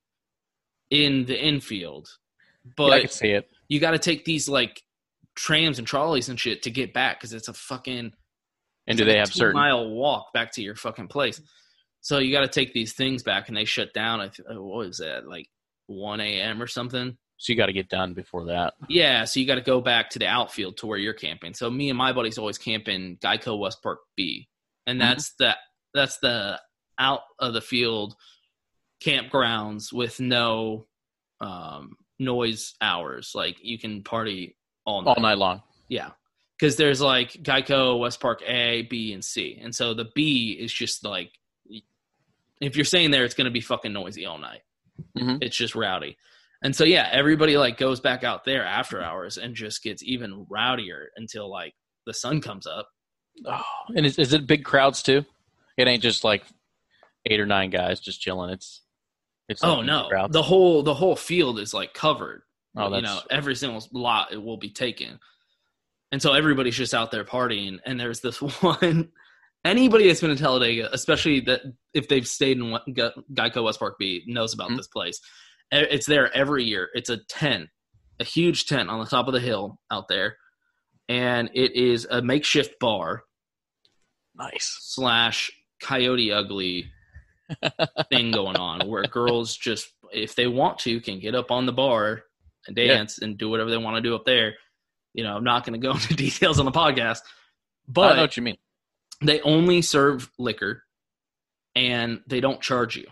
[SPEAKER 2] in the infield.
[SPEAKER 3] Yeah, I
[SPEAKER 2] But
[SPEAKER 3] can see it.
[SPEAKER 2] you got to take these like trams and trolleys and shit to get back because it's a
[SPEAKER 3] And
[SPEAKER 2] fucking it's
[SPEAKER 3] do
[SPEAKER 2] like
[SPEAKER 3] they
[SPEAKER 2] a
[SPEAKER 3] have
[SPEAKER 2] two
[SPEAKER 3] certain?
[SPEAKER 2] mile walk back to your fucking place? So you got to take these things back, and they shut down. I th- uh, what was that like one a.m. or something?
[SPEAKER 3] So you got to get done before that.
[SPEAKER 2] Yeah, so you got to go back to the outfield to where you're camping. So me and my buddies always camp in Geico West Park B, and
[SPEAKER 3] Mm-hmm.
[SPEAKER 2] that's the that's the out of the field campgrounds with no um, noise hours. Like you can party all night.
[SPEAKER 3] All night long.
[SPEAKER 2] Yeah. Because there's like Geico, West Park A, B, and C. And so the B is just like, if you're staying there, it's going to be fucking noisy all night.
[SPEAKER 3] Mhm.
[SPEAKER 2] It's just rowdy. And so, yeah, everybody like goes back out there after hours and just gets even rowdier until like the sun comes up.
[SPEAKER 3] Oh, and is, is it big crowds too? It ain't just like eight or nine guys just chilling. It's it's
[SPEAKER 2] oh
[SPEAKER 3] like
[SPEAKER 2] no,
[SPEAKER 3] crowds.
[SPEAKER 2] the whole the whole field is like covered.
[SPEAKER 3] Oh,
[SPEAKER 2] you
[SPEAKER 3] that's-
[SPEAKER 2] know, every single lot it will be taken, and so everybody's just out there partying. And there's this one. Anybody that's been to Talladega, especially that if they've stayed in Wa- Ge- Geico West Park B, knows
[SPEAKER 3] Mm-hmm.
[SPEAKER 2] about this place. E- It's there every year. It's a tent, a huge tent on the top of the hill out there, and it is a makeshift bar
[SPEAKER 3] nice.
[SPEAKER 2] slash coyote ugly thing going on where girls just if they want to can get up on the bar and
[SPEAKER 3] Yeah.
[SPEAKER 2] dance and do whatever they want to do up there you know i'm not going to go into details on the podcast
[SPEAKER 3] I know
[SPEAKER 2] but
[SPEAKER 3] what you mean.
[SPEAKER 2] they only serve liquor and they don't charge you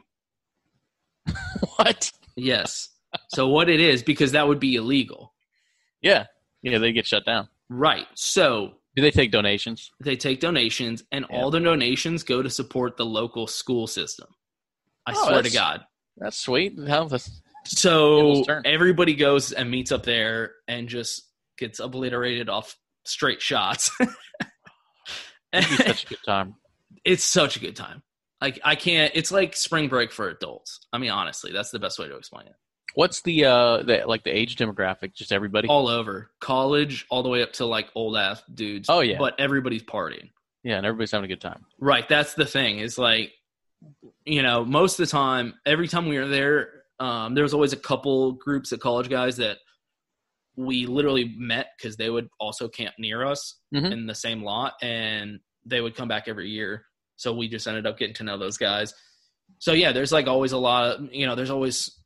[SPEAKER 3] What?
[SPEAKER 2] yes so what it is because that would be illegal
[SPEAKER 3] Yeah, yeah, they get shut down.
[SPEAKER 2] right so
[SPEAKER 3] Do they take donations?
[SPEAKER 2] they take donations and
[SPEAKER 3] Yeah.
[SPEAKER 2] all the donations go to support the local school system i
[SPEAKER 3] Oh,
[SPEAKER 2] swear to
[SPEAKER 3] that's-
[SPEAKER 2] god
[SPEAKER 3] That's sweet. How that's
[SPEAKER 2] So
[SPEAKER 3] Tables turn.
[SPEAKER 2] everybody goes and meets up there and just gets obliterated off straight shots.
[SPEAKER 3] it'd be such a good time.
[SPEAKER 2] it's such a good time. Like I can't. It's like spring break for adults. I mean, honestly, that's the best way to explain it.
[SPEAKER 3] What's the uh the like the age demographic? Just everybody.
[SPEAKER 2] All over college, all the way up to like old ass dudes.
[SPEAKER 3] Oh, yeah.
[SPEAKER 2] but everybody's partying.
[SPEAKER 3] Yeah, and everybody's having a good time.
[SPEAKER 2] Right. That's the thing. Is like, you know, most of the time, every time we were there, um, there was always a couple groups of college guys that we literally met because they would also camp near us
[SPEAKER 3] Mhm.
[SPEAKER 2] in the same lot, and they would come back every year. So we just ended up getting to know those guys. So yeah, there's like always a lot of you know, there's always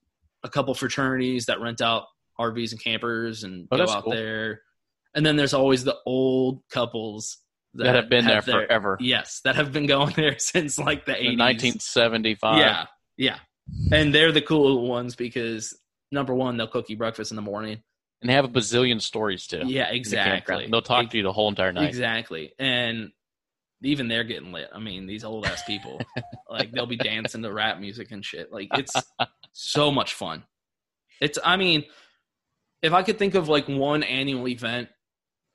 [SPEAKER 2] a couple fraternities that rent out RVs and campers and
[SPEAKER 3] Oh,
[SPEAKER 2] go
[SPEAKER 3] that's
[SPEAKER 2] out
[SPEAKER 3] cool.
[SPEAKER 2] there. And then there's always the old couples
[SPEAKER 3] That have been there
[SPEAKER 2] their-
[SPEAKER 3] forever.
[SPEAKER 2] Yes, that have been going there since like the
[SPEAKER 3] In
[SPEAKER 2] eighties.
[SPEAKER 3] 1975.
[SPEAKER 2] Yeah, yeah, and they're the cool ones because number one, they'll cook you breakfast in the morning.
[SPEAKER 3] and they have a bazillion stories too.
[SPEAKER 2] Yeah,
[SPEAKER 3] in the
[SPEAKER 2] exactly.
[SPEAKER 3] campground. They'll talk to you the whole entire night.
[SPEAKER 2] Exactly, and even they're getting lit. I mean, these old ass people, like they'll be dancing to rap music and shit. Like it's so much fun. It's, I mean, if I could think of like one annual event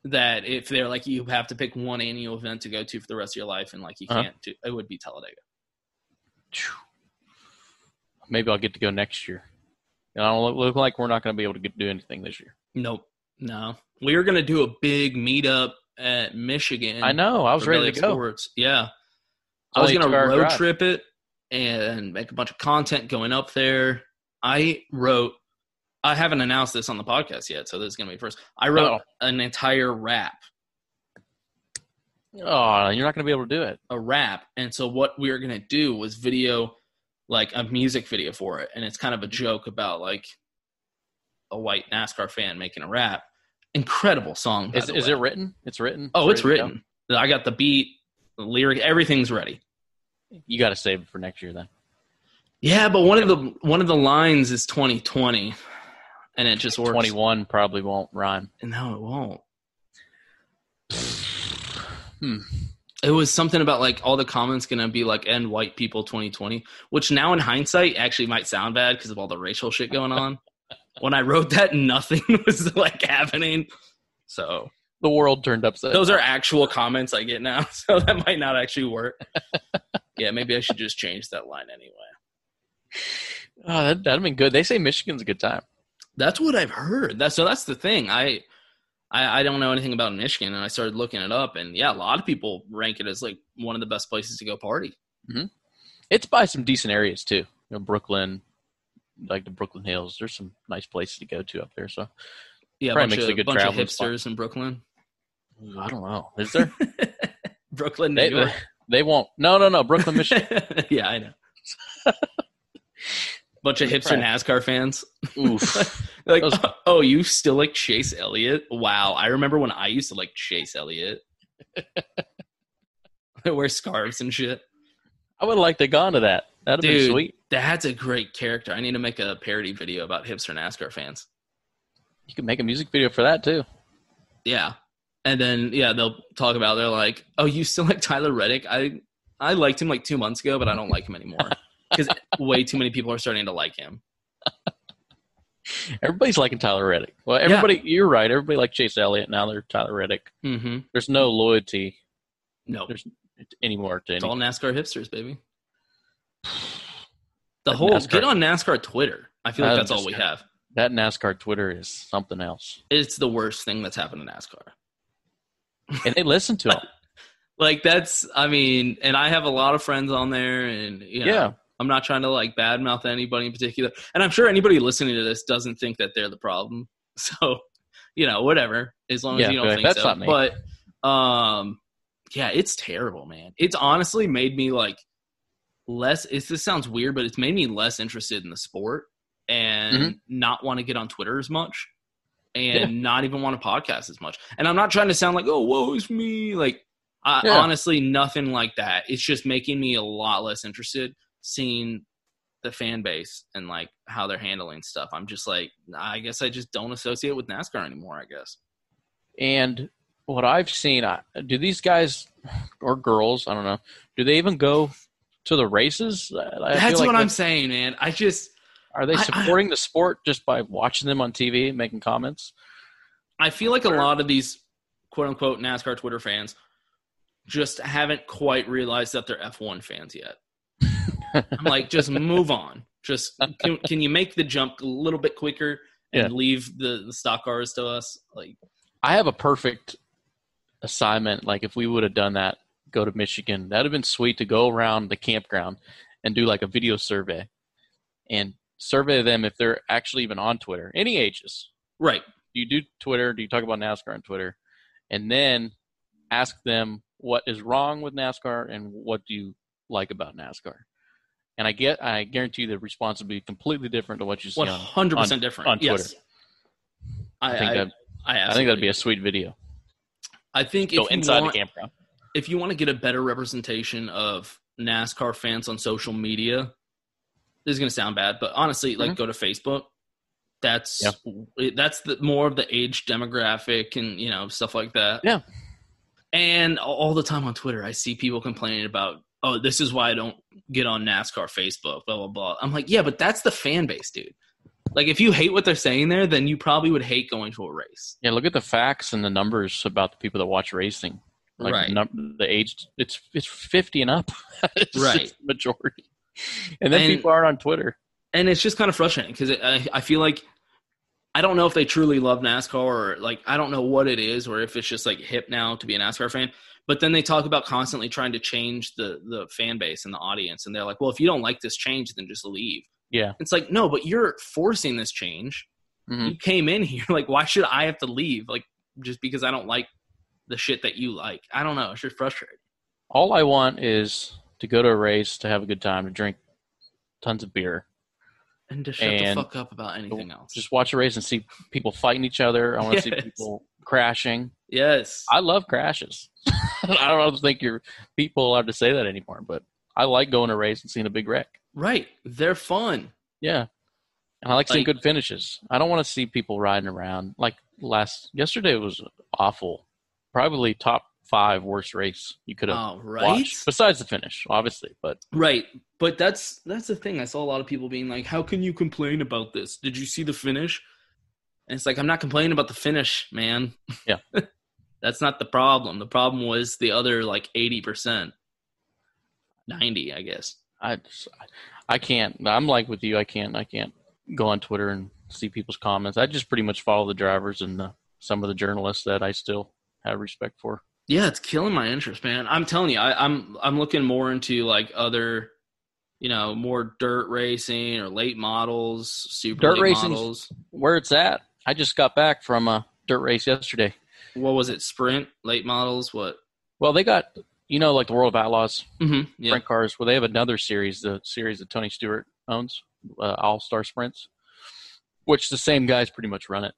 [SPEAKER 2] that if they're like you have to pick one annual event to go to for the rest of your life and like you
[SPEAKER 3] Uh-huh.
[SPEAKER 2] can't do it would be Talladega.
[SPEAKER 3] Maybe I'll get to go next year. And I don't look, look like we're not going to be able to get, do anything this year.
[SPEAKER 2] Nope. No. We were gonna do a big meetup at Michigan.
[SPEAKER 3] I know. I was
[SPEAKER 2] for
[SPEAKER 3] ready
[SPEAKER 2] Village
[SPEAKER 3] to go.
[SPEAKER 2] Sports. Yeah. I was
[SPEAKER 3] 22
[SPEAKER 2] gonna
[SPEAKER 3] hour
[SPEAKER 2] road
[SPEAKER 3] drive.
[SPEAKER 2] trip it and make a bunch of content going up there. I wrote I haven't announced this on the podcast yet, so this is gonna be first. I wrote
[SPEAKER 3] Oh.
[SPEAKER 2] an entire rap.
[SPEAKER 3] Oh, you're not going to be able to do it.
[SPEAKER 2] a rap. And so what we were gonna do was video like a music video for it. And it's kind of a joke about like a white NASCAR fan making a rap. Incredible song. by
[SPEAKER 3] Is,
[SPEAKER 2] the
[SPEAKER 3] is
[SPEAKER 2] way.
[SPEAKER 3] it written? It's written.
[SPEAKER 2] Oh, it's
[SPEAKER 3] ready to go?
[SPEAKER 2] written. I got the beat, the lyric, everything's ready.
[SPEAKER 3] You got to save it for next year then.
[SPEAKER 2] Yeah, but one of the one of the lines is 2020, and it just works.
[SPEAKER 3] 21 probably won't rhyme.
[SPEAKER 2] No, it won't.
[SPEAKER 3] Hmm.
[SPEAKER 2] It was something about like all the comments gonna be like "end white people 2020," which now in hindsight actually might sound bad because of all the racial shit going on. when I wrote that, nothing was like happening. So
[SPEAKER 3] The world turned upside.
[SPEAKER 2] those are actual comments I get now, so that might not actually work. yeah, maybe I should just change that line anyway.
[SPEAKER 3] Oh, that, that'd been good. They say Michigan's a good time.
[SPEAKER 2] That's what I've heard. That's so that's the thing. I, I I don't know anything about Michigan, and I started looking it up, and yeah, a lot of people rank it as like one of the best places to go party.
[SPEAKER 3] It's by some decent areas too. You know, Brooklyn, like the Brooklyn Hills. There's some nice places to go to up there. So
[SPEAKER 2] Yeah, a
[SPEAKER 3] Probably
[SPEAKER 2] bunch,
[SPEAKER 3] makes
[SPEAKER 2] of,
[SPEAKER 3] a good
[SPEAKER 2] bunch of
[SPEAKER 3] traveling spot.
[SPEAKER 2] hipsters in Brooklyn,
[SPEAKER 3] I don't know. Is there?
[SPEAKER 2] Brooklyn, New
[SPEAKER 3] they,
[SPEAKER 2] York.
[SPEAKER 3] they, they won't. No, no, no. Brooklyn, Michigan.
[SPEAKER 2] yeah, I know. bunch of hipster
[SPEAKER 3] Right.
[SPEAKER 2] NASCAR fans.
[SPEAKER 3] Oof.
[SPEAKER 2] Like,
[SPEAKER 3] Those-
[SPEAKER 2] oh, you still like Chase Elliott? Wow, I remember when I used to like Chase Elliott. I wear scarves and shit.
[SPEAKER 3] I would have liked to gone to that. That'd have
[SPEAKER 2] Dude,
[SPEAKER 3] been sweet.
[SPEAKER 2] that's a great character. I need to make a parody video about hipster NASCAR fans.
[SPEAKER 3] You could make a music video for that too.
[SPEAKER 2] Yeah. And then yeah, they'll talk about they're like, "Oh, you still like Tyler Reddick? I I liked him like 2 months ago, but I don't like him anymore." Cuz way too many people are starting to like him.
[SPEAKER 3] Everybody's liking Tyler Reddick. Well, everybody, you're right. Everybody liked Chase Elliott. Now they're Tyler Reddick.
[SPEAKER 2] Mhm.
[SPEAKER 3] There's no loyalty
[SPEAKER 2] No,
[SPEAKER 3] there's anymore to
[SPEAKER 2] It's
[SPEAKER 3] any-
[SPEAKER 2] all NASCAR hipsters, baby. The
[SPEAKER 3] That
[SPEAKER 2] whole
[SPEAKER 3] NASCAR
[SPEAKER 2] get on NASCAR Twitter. I feel like
[SPEAKER 3] That
[SPEAKER 2] that's all we
[SPEAKER 3] NASCAR.
[SPEAKER 2] have.
[SPEAKER 3] that NASCAR Twitter is something else,
[SPEAKER 2] It's the worst thing that's happened to NASCAR.
[SPEAKER 3] and they listen to them.
[SPEAKER 2] Like that's, I mean, and I have a lot of friends on there, and you know,
[SPEAKER 3] Yeah.
[SPEAKER 2] I'm not trying to like badmouth anybody in particular, and I'm sure anybody listening to this doesn't think that they're the problem. So, you know, whatever, as long as
[SPEAKER 3] Yeah,
[SPEAKER 2] you don't
[SPEAKER 3] like,
[SPEAKER 2] think
[SPEAKER 3] "That's
[SPEAKER 2] so.
[SPEAKER 3] not me."
[SPEAKER 2] But, um, yeah, it's terrible, man. It's honestly made me like less. It's, this sounds weird, but it's made me less interested in the sport and not want to get on Twitter as much and
[SPEAKER 3] Mm-hmm. Yeah.
[SPEAKER 2] not even want to podcast as much. And I'm not trying to sound like, oh, woe is me. Like, I,
[SPEAKER 3] Yeah.
[SPEAKER 2] honestly, nothing like that. It's just making me a lot less interested seeing the fan base and like how they're handling stuff. I'm just like, I guess I just don't associate with NASCAR anymore. I guess.
[SPEAKER 3] And what I've seen, I, do these guys or girls, I don't know, do they even go to the races? I- I feel
[SPEAKER 2] That's
[SPEAKER 3] like
[SPEAKER 2] what I'm saying, man. I just
[SPEAKER 3] Are they
[SPEAKER 2] I- I-
[SPEAKER 3] supporting the sport just by watching them on TV and making comments?
[SPEAKER 2] I feel like a lot of these quote unquote NASCAR Twitter fans just haven't quite realized that they're F1 fans yet. I'm like, just move on. Just can, can you make the jump a little bit quicker and
[SPEAKER 3] Yeah.
[SPEAKER 2] leave the, the stock cars to us? Like,
[SPEAKER 3] I have a perfect assignment. Like if we would have done that, go to Michigan. That'd have been sweet to go around the campground and do like a video survey and survey them if they're actually even on Twitter. Any ages.
[SPEAKER 2] right.
[SPEAKER 3] Do you do Twitter? Do you talk about NASCAR on Twitter? And then ask them what is wrong with NASCAR and what do you like about NASCAR? And I get I guarantee you the response will be completely different to what you see on,
[SPEAKER 2] 100%
[SPEAKER 3] on-
[SPEAKER 2] different.
[SPEAKER 3] on Twitter.
[SPEAKER 2] Yes. I,
[SPEAKER 3] I think
[SPEAKER 2] I,
[SPEAKER 3] that-
[SPEAKER 2] I,
[SPEAKER 3] I think that'd be a sweet video.
[SPEAKER 2] I think
[SPEAKER 3] Go
[SPEAKER 2] if you
[SPEAKER 3] inside
[SPEAKER 2] want-
[SPEAKER 3] the campground.
[SPEAKER 2] if you want to get a better representation of NASCAR fans on social media, this is going to sound bad, but honestly, like
[SPEAKER 3] Mhm.
[SPEAKER 2] go to Facebook. That's
[SPEAKER 3] Yeah.
[SPEAKER 2] it- that's the more of the age demographic and you know stuff like that.
[SPEAKER 3] Yeah.
[SPEAKER 2] And a- all the time on Twitter, I see people complaining about, "Oh, this is why I don't get on NASCAR Facebook." Blah blah blah. I'm like, yeah, but that's the fan base, dude. Like, if you hate what they're saying there, then you probably would hate going to a race.
[SPEAKER 3] Yeah, look at the facts and the numbers about the people that watch racing. Like
[SPEAKER 2] Right.
[SPEAKER 3] num- the age, it's it's fifty and up, It's just
[SPEAKER 2] Right.
[SPEAKER 3] the majority. And then
[SPEAKER 2] And-
[SPEAKER 3] people aren't on Twitter.
[SPEAKER 2] and it's just kind of frustrating because I, I feel like I don't know if they truly love NASCAR or like I don't know what it is or if it's just like hip now to be a NASCAR fan. But then they talk about constantly trying to change the the fan base and the audience, and they're like, "Well, if you don't like this change, then just leave."
[SPEAKER 3] Yeah,
[SPEAKER 2] It's like, no, but you're forcing this change.
[SPEAKER 3] Mhm.
[SPEAKER 2] You came in here, like, why should I have to leave? Like, just because I don't like the shit that you like? I don't know. It's just frustrating.
[SPEAKER 3] all I want is to go to a race, to have a good time, to drink tons of beer,
[SPEAKER 2] And to shut
[SPEAKER 3] And-
[SPEAKER 2] the fuck up about anything else.
[SPEAKER 3] just watch a race and see people fighting each other. I want to
[SPEAKER 2] Yes.
[SPEAKER 3] see people crashing.
[SPEAKER 2] yes,
[SPEAKER 3] I love crashes. I don't think your people allowed to say that anymore, but I like going to a race and seeing a big wreck.
[SPEAKER 2] right. They're fun.
[SPEAKER 3] Yeah. And I like seeing
[SPEAKER 2] Like-
[SPEAKER 3] good finishes. I don't want to see people riding around. Like last yesterday was awful. Probably top five worst race you could have
[SPEAKER 2] All Oh, right.
[SPEAKER 3] watched. Besides the finish, obviously. But
[SPEAKER 2] Right, but that's that's the thing. I saw a lot of people being like, "How can you complain about this? Did you see the finish?" And it's like, I'm not complaining about the finish, man.
[SPEAKER 3] Yeah.
[SPEAKER 2] that's not the problem. The problem was the other like eighty percent, ninety, I guess.
[SPEAKER 3] I just, I can't I'm like with you, I can't I can't go on Twitter and see people's comments. I just pretty much follow the drivers and the, some of the journalists that I still have respect for.
[SPEAKER 2] Yeah, it's killing my interest, man. I'm telling you, I, I'm I'm looking more into like other, you know, more dirt racing or late models, super
[SPEAKER 3] Dirt
[SPEAKER 2] late
[SPEAKER 3] racing's-
[SPEAKER 2] models.
[SPEAKER 3] Where it's at. I just got back from a dirt race yesterday.
[SPEAKER 2] What was it? Sprint, late models, what?
[SPEAKER 3] Well, they got you know, like the World of Outlaws
[SPEAKER 2] Mm-hmm. Yeah.
[SPEAKER 3] sprint cars. Well, they have another series, the series that Tony Stewart owns, uh, All Star Sprints, which the same guys pretty much run it.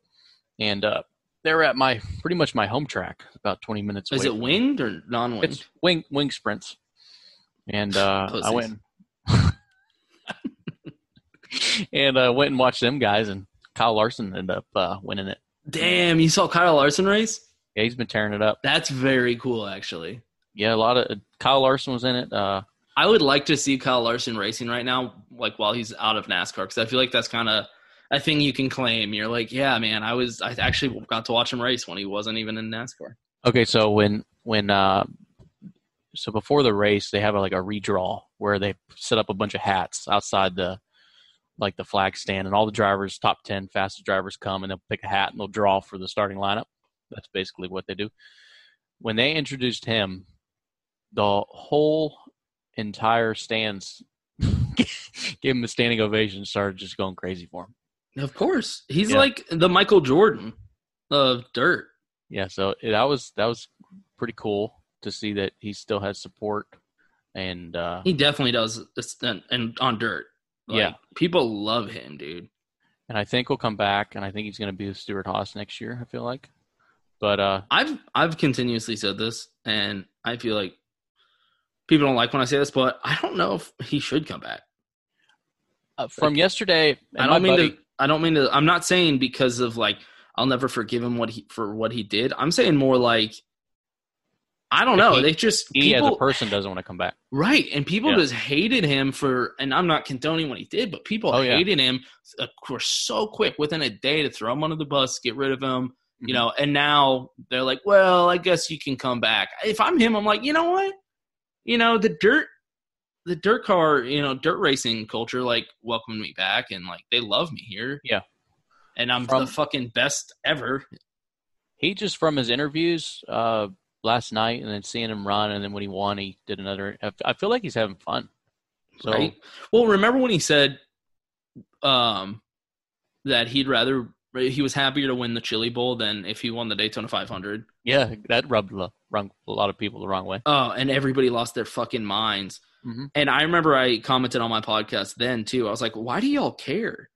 [SPEAKER 3] And uh, they're at my pretty much my home track, about twenty minutes.
[SPEAKER 2] Is
[SPEAKER 3] away.
[SPEAKER 2] it winged or non-winged?
[SPEAKER 3] It's wing wing sprints. And uh, I
[SPEAKER 2] Pussies.
[SPEAKER 3] went and I went and watched them guys, and Kyle Larson ended up uh, winning it.
[SPEAKER 2] Damn, you saw Kyle Larson race?
[SPEAKER 3] Yeah, he's been tearing it up.
[SPEAKER 2] That's very cool, actually.
[SPEAKER 3] Yeah, a lot of Kyle Larson was in it. Uh,
[SPEAKER 2] I would like to see Kyle Larson racing right now, like while he's out of NASCAR, because I feel like that's kind of a thing you can claim. You're like, yeah, man, I was, I actually got to watch him race when he wasn't even in NASCAR.
[SPEAKER 3] Okay, so when when uh, so before the race they have a, like a redraw where they set up a bunch of hats outside the like the flag stand and all the drivers top 10 fastest drivers come and they'll pick a hat and they'll draw for the starting lineup that's basically what they do when they introduced him the whole entire stands gave him a standing ovation and started just going crazy for him
[SPEAKER 2] Of course, he's
[SPEAKER 3] Yeah.
[SPEAKER 2] like the Michael Jordan of dirt.
[SPEAKER 3] yeah so it- that was that was pretty cool to see that he still has support and uh
[SPEAKER 2] He definitely does, this- and, and on dirt. Like,
[SPEAKER 3] Yeah.
[SPEAKER 2] people love him, dude.
[SPEAKER 3] and I think we will come back, and I think he's going to be with Stuart Haas next year. I feel like, but uh,
[SPEAKER 2] I've I've continuously said this, and I feel like people don't like when I say this, but I don't know if he should come back.
[SPEAKER 3] uh, from yesterday, and
[SPEAKER 2] I
[SPEAKER 3] my
[SPEAKER 2] don't mean
[SPEAKER 3] buddy-
[SPEAKER 2] to. I don't mean to. I'm not saying because of like I'll never forgive him what he for what he did. I'm saying more like I don't
[SPEAKER 3] Like,
[SPEAKER 2] know.
[SPEAKER 3] he-
[SPEAKER 2] they just
[SPEAKER 3] he as a
[SPEAKER 2] people
[SPEAKER 3] person doesn't want to come back.
[SPEAKER 2] right, and people
[SPEAKER 3] Yeah.
[SPEAKER 2] just hated him for. And I'm not condoning what he did, but people
[SPEAKER 3] Oh, yeah.
[SPEAKER 2] hated him. Of course, so quick within a day to throw him under the bus, get rid of him.
[SPEAKER 3] Mm-hmm.
[SPEAKER 2] You know, and now they're like, well, I guess you can come back. If I'm him, I'm like, you know what? You know, the dirt the dirt car, you know, dirt racing culture, like welcomed me back, and like they love me here.
[SPEAKER 3] Yeah.
[SPEAKER 2] and I'm
[SPEAKER 3] From-
[SPEAKER 2] the fucking best ever.
[SPEAKER 3] He just from his interviews uh, last night, and then seeing him run, and then when he won, he did another. I f- I feel like he's having fun. So
[SPEAKER 2] right? Well, remember when he said, um, that he'd rather he was happier to win the Chili Bowl than if he won the Daytona 500.
[SPEAKER 3] yeah, that rubbed a lo- wrong, a lot of people the wrong way.
[SPEAKER 2] Oh, and everybody lost their fucking minds.
[SPEAKER 3] Mhm.
[SPEAKER 2] And I remember I commented on my podcast then too. I was like, why do y'all care?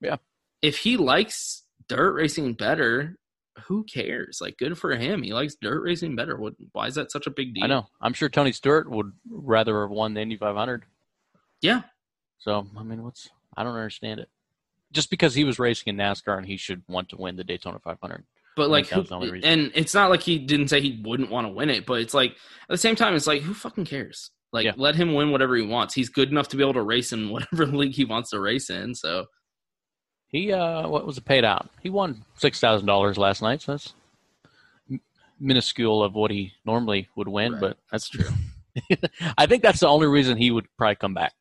[SPEAKER 3] Yeah.
[SPEAKER 2] If he likes dirt racing better, who cares? Like, good for him. He likes dirt racing better. What? Why is that such a big deal?
[SPEAKER 3] I know. I'm sure Tony Stewart would rather have won the Indy 500.
[SPEAKER 2] Yeah.
[SPEAKER 3] So I mean, what's I don't understand it. Just because he was racing in NASCAR and he should want to win the Daytona 500.
[SPEAKER 2] But
[SPEAKER 3] think
[SPEAKER 2] like,
[SPEAKER 3] that was
[SPEAKER 2] who-
[SPEAKER 3] the only reason.
[SPEAKER 2] and it's not like he didn't say he wouldn't want to win it. But it's like at the same time, it's like who fucking cares? Like,
[SPEAKER 3] Yeah.
[SPEAKER 2] let him win whatever he wants. He's good enough to be able to race in whatever league he wants to race in. So
[SPEAKER 3] He uh, what was it paid out? He won six thousand dollars last night, so that's m- minuscule of what he normally would win.
[SPEAKER 2] Right.
[SPEAKER 3] But that's
[SPEAKER 2] true.
[SPEAKER 3] I think that's the only reason he would probably come back.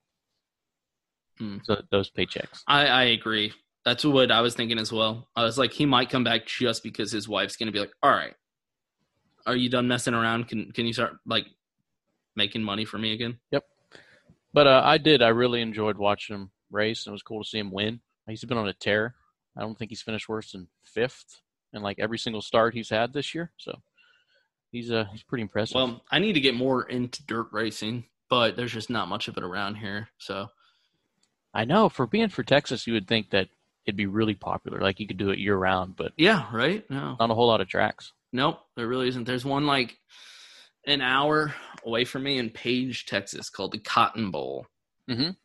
[SPEAKER 2] Hmm.
[SPEAKER 3] So those paychecks.
[SPEAKER 2] I, I agree. That's what I was thinking as well. I was like, he might come back just because his wife's gonna be like, "All right, are you done messing around? Can can you start like making money for me again?"
[SPEAKER 3] But uh, I did. I really enjoyed watching him race, and it was cool to see him win. He's been on a tear. I don't think he's finished worse than fifth in like every single start he's had this year. So he's uh he's pretty impressive.
[SPEAKER 2] Well, I need to get more into dirt racing, but there's just not much of it around here. So
[SPEAKER 3] I know for being for Texas, you would think that it'd be really popular. Like you could do it year round, but
[SPEAKER 2] yeah, right? No,
[SPEAKER 3] not a whole lot of tracks.
[SPEAKER 2] nope, there really isn't. There's one like an hour away from me in Page, Texas, called the Cotton Bowl.
[SPEAKER 3] Mhm.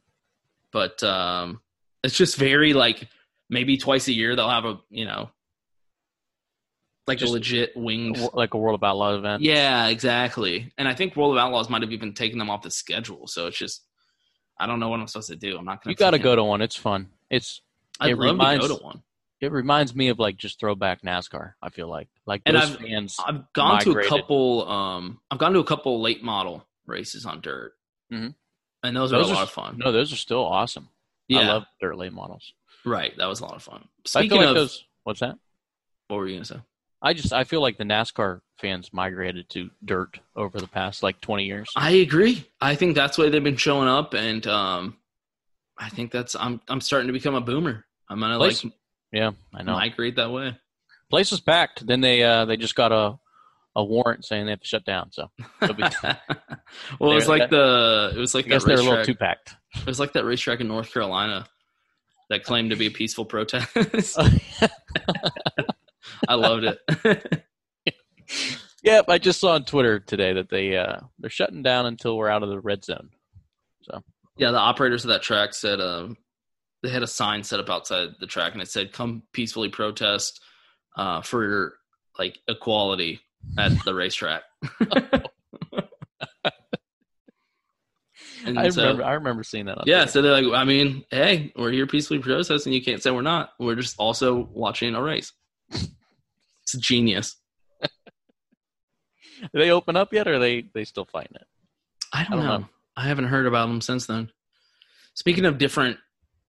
[SPEAKER 2] But um, it's just very like maybe twice a year they'll have a you know like
[SPEAKER 3] Just-
[SPEAKER 2] a legit winged.
[SPEAKER 3] Wo- Like a World of Outlaw event.
[SPEAKER 2] Mm. Yeah, exactly. And I think World of Outlaws might have even taken them off the schedule. So it's just I don't know what I'm supposed to do. I'm not gonna.
[SPEAKER 3] you got to
[SPEAKER 2] fucking-
[SPEAKER 3] go to one. It's fun. It's
[SPEAKER 2] I'd
[SPEAKER 3] it
[SPEAKER 2] love
[SPEAKER 3] reminds-
[SPEAKER 2] to go to one.
[SPEAKER 3] it reminds me of like just throwback NASCAR. I feel like like
[SPEAKER 2] And
[SPEAKER 3] those
[SPEAKER 2] I've-
[SPEAKER 3] fans.
[SPEAKER 2] I've gone to a
[SPEAKER 3] migrated.
[SPEAKER 2] couple. Um, I've gone to a couple late model races on dirt,
[SPEAKER 3] Mhm.
[SPEAKER 2] and those,
[SPEAKER 3] Those
[SPEAKER 2] are a
[SPEAKER 3] are
[SPEAKER 2] lot of
[SPEAKER 3] s-
[SPEAKER 2] fun.
[SPEAKER 3] no, those are still awesome.
[SPEAKER 2] yeah,
[SPEAKER 3] I love dirt late models.
[SPEAKER 2] right. That was a lot of fun.
[SPEAKER 3] But I feel
[SPEAKER 2] Speaking
[SPEAKER 3] like
[SPEAKER 2] of,
[SPEAKER 3] those. What's that?
[SPEAKER 2] what were you gonna say?
[SPEAKER 3] I just I feel like the NASCAR fans migrated to dirt over the past like twenty years.
[SPEAKER 2] I agree. I think that's why they've been showing up, and um, I think that's I'm I'm starting to become a boomer. I'm gonna
[SPEAKER 3] Place-
[SPEAKER 2] like
[SPEAKER 3] yeah, I know.
[SPEAKER 2] migrate that way.
[SPEAKER 3] Place was packed. Then they uh they just got a a warrant saying they have to shut down. So it'll be- I
[SPEAKER 2] well, it was
[SPEAKER 3] They're-
[SPEAKER 2] like the it was like
[SPEAKER 3] guess
[SPEAKER 2] that
[SPEAKER 3] they're a little
[SPEAKER 2] racetrack.
[SPEAKER 3] too packed.
[SPEAKER 2] It was like that racetrack in North Carolina that claimed to be a peaceful protest. I loved it.
[SPEAKER 3] Yep, I just saw on Twitter today that they uh, they're shutting down until we're out of the red zone.
[SPEAKER 2] Yeah, the operators of that track said um, they had a sign set up outside the track, and it said "Come peacefully protest uh, for like equality at the racetrack." and
[SPEAKER 3] I
[SPEAKER 2] so,
[SPEAKER 3] remember I remember seeing that. On
[SPEAKER 2] yeah,
[SPEAKER 3] Twitter.
[SPEAKER 2] so they're like, I mean, hey, we're here peacefully protesting. You can't say we're not. We're just also watching a race. It's genius.
[SPEAKER 3] Did they open up yet, or are they they still fighting it?
[SPEAKER 2] I don't, know. I haven't heard about them since then. Speaking of different,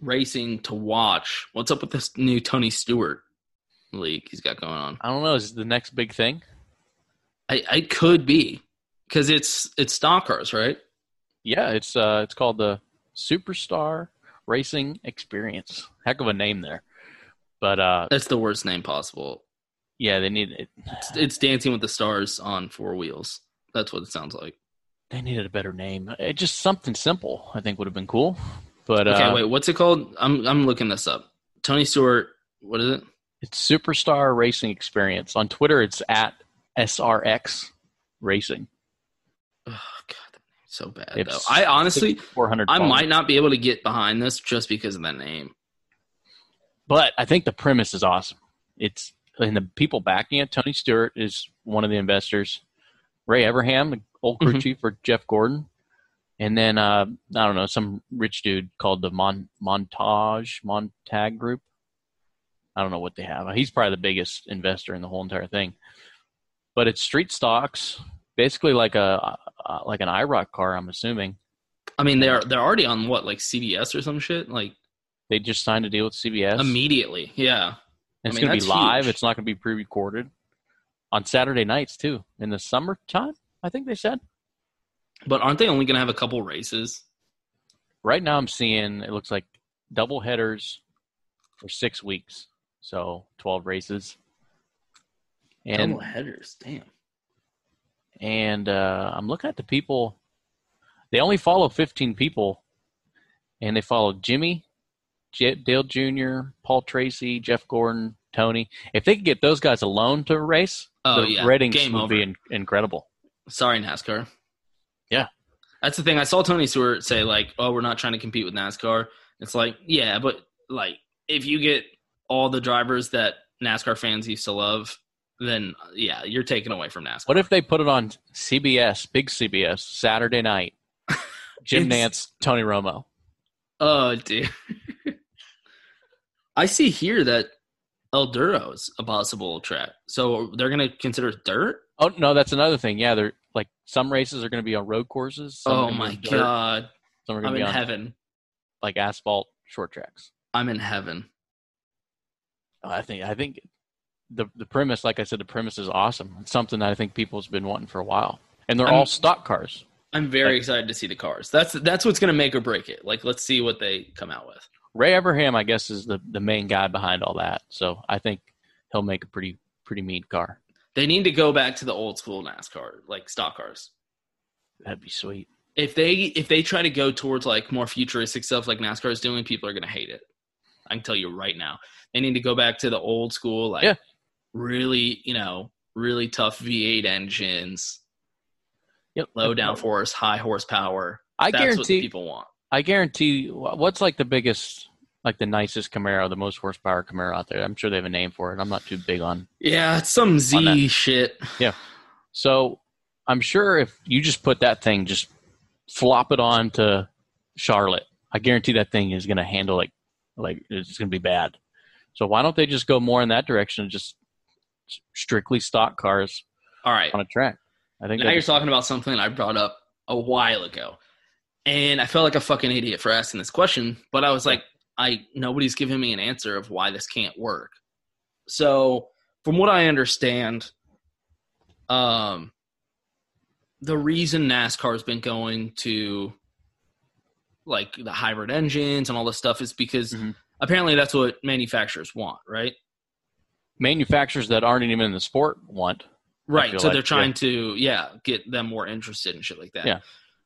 [SPEAKER 2] racing to watch. What's up with this new Tony Stewart league he's got going on?
[SPEAKER 3] I don't know. Is it the next big thing?
[SPEAKER 2] I, I could be because it's it's stock cars, right?
[SPEAKER 3] Yeah, it's uh, it's called the Superstar Racing Experience. Heck of a name there, but uh,
[SPEAKER 2] That's the worst name possible.
[SPEAKER 3] yeah, they need it.
[SPEAKER 2] It's, it's Dancing with the Stars on four wheels. That's what it sounds like.
[SPEAKER 3] They needed a better name. It, just something simple, I think, would have been cool. But
[SPEAKER 2] Okay,
[SPEAKER 3] uh,
[SPEAKER 2] wait, what's it called? I'm I'm looking this up. Tony Stewart. What is it?
[SPEAKER 3] It's Superstar Racing Experience. On Twitter, it's at SRX Racing.
[SPEAKER 2] So bad
[SPEAKER 3] It's
[SPEAKER 2] though. I honestly,
[SPEAKER 3] 400
[SPEAKER 2] I might
[SPEAKER 3] followers.
[SPEAKER 2] not be able to get behind this just because of that name.
[SPEAKER 3] But I think the premise is awesome. It's and the people backing it. Tony Stewart is one of the investors. Ray Everham, the old crew
[SPEAKER 2] Mhm.
[SPEAKER 3] chief for Jeff Gordon, and then uh, I don't know some rich dude called the Mon- Montage Montag Group. I don't know what they have. He's probably the biggest investor in the whole entire thing. But it's street stocks, basically like a uh, like an IROC car. I'm assuming
[SPEAKER 2] I mean, they're they're already on what like CBS or some shit. Like
[SPEAKER 3] they just signed a deal with CBS.
[SPEAKER 2] immediately, yeah.
[SPEAKER 3] And it's
[SPEAKER 2] I mean,
[SPEAKER 3] going to
[SPEAKER 2] that's
[SPEAKER 3] be live.
[SPEAKER 2] huge.
[SPEAKER 3] It's not going to be pre-recorded on Saturday nights too in the summertime. I think they said.
[SPEAKER 2] But aren't they only going to have a couple races?
[SPEAKER 3] Right now, I'm seeing it looks like double headers for six weeks, so twelve races. And
[SPEAKER 2] Double headers, damn.
[SPEAKER 3] and uh, I'm looking at the people. They only follow 15 people, and they follow Jimmy, J- Dale Jr., Paul Tracy, Jeff Gordon, Tony. If they could get those guys alone to race,
[SPEAKER 2] Oh,
[SPEAKER 3] the
[SPEAKER 2] yeah.
[SPEAKER 3] ratings
[SPEAKER 2] Game
[SPEAKER 3] would
[SPEAKER 2] over.
[SPEAKER 3] be in- incredible.
[SPEAKER 2] Sorry, NASCAR.
[SPEAKER 3] Yeah.
[SPEAKER 2] That's the thing. I saw Tony Stewart say like, "Oh, we're not trying to compete with NASCAR." It's like, yeah, but like if you get all the drivers that NASCAR fans used to love, then yeah, you're taken away from NASCAR.
[SPEAKER 3] What if they put it on CBS, big CBS, Saturday night? Jim
[SPEAKER 2] It's-
[SPEAKER 3] Nance, Tony Romo.
[SPEAKER 2] Oh, dude. I see here that Elduro is a possible track. So they're going to consider it dirt?
[SPEAKER 3] Oh no, that's another thing. Yeah, they're like some races are going to be on road courses. some are
[SPEAKER 2] oh,
[SPEAKER 3] gonna be
[SPEAKER 2] my
[SPEAKER 3] on dirt,
[SPEAKER 2] God.
[SPEAKER 3] Some are going
[SPEAKER 2] I'm
[SPEAKER 3] to be
[SPEAKER 2] in
[SPEAKER 3] on
[SPEAKER 2] heaven.
[SPEAKER 3] like asphalt short tracks. Oh,
[SPEAKER 2] I'm in heaven.
[SPEAKER 3] I think I think the the premise, like I said, the premise is awesome. It's something that I think people's been wanting for a while, and they're
[SPEAKER 2] I'm-
[SPEAKER 3] all stock cars.
[SPEAKER 2] I'm very excited to see the cars. That's that's what's going to make or break it. Like, let's see what they come out with.
[SPEAKER 3] Ray Everham, I guess, is the the main guy behind all that. So I think he'll make a pretty pretty mean car.
[SPEAKER 2] They need to go back to the old school NASCAR, like stock cars.
[SPEAKER 3] That'd be sweet.
[SPEAKER 2] If they if they try to go towards like more futuristic stuff like NASCAR is doing, people are going to hate it. I can tell you right now. They need to go back to the old school, like
[SPEAKER 3] Yeah.
[SPEAKER 2] really, you know, really tough V8 engines,
[SPEAKER 3] Yep.
[SPEAKER 2] low downforce, high horsepower.
[SPEAKER 3] I
[SPEAKER 2] That's what the
[SPEAKER 3] guarantee-
[SPEAKER 2] people want.
[SPEAKER 3] I guarantee. wh- What's like the biggest, like the nicest Camaro, the most horsepower Camaro out there? I'm sure they have a name for it. I'm not too big on.
[SPEAKER 2] Yeah, it's some Z
[SPEAKER 3] that.
[SPEAKER 2] shit.
[SPEAKER 3] So I'm sure if you just put that thing, just flop it on to Charlotte, I guarantee that thing is going to handle it like it's going to be bad. So why don't they just go more in that direction and just strictly stock cars
[SPEAKER 2] All right.
[SPEAKER 3] on a track? I think
[SPEAKER 2] Now
[SPEAKER 3] that'd
[SPEAKER 2] you're
[SPEAKER 3] be-
[SPEAKER 2] talking about something I brought up a while ago, and I felt like a fucking idiot for asking this question. But I was like, I nobody's giving me an answer of why this can't work. So, from what I understand, um, the reason NASCAR's been going to like the hybrid engines and all this stuff is because apparently that's what manufacturers want, right?
[SPEAKER 3] Manufacturers that aren't even in the sport want. I
[SPEAKER 2] Right.
[SPEAKER 3] feel
[SPEAKER 2] So
[SPEAKER 3] like,
[SPEAKER 2] they're trying
[SPEAKER 3] yeah.
[SPEAKER 2] to, yeah, get them more interested and shit like that.
[SPEAKER 3] Yeah.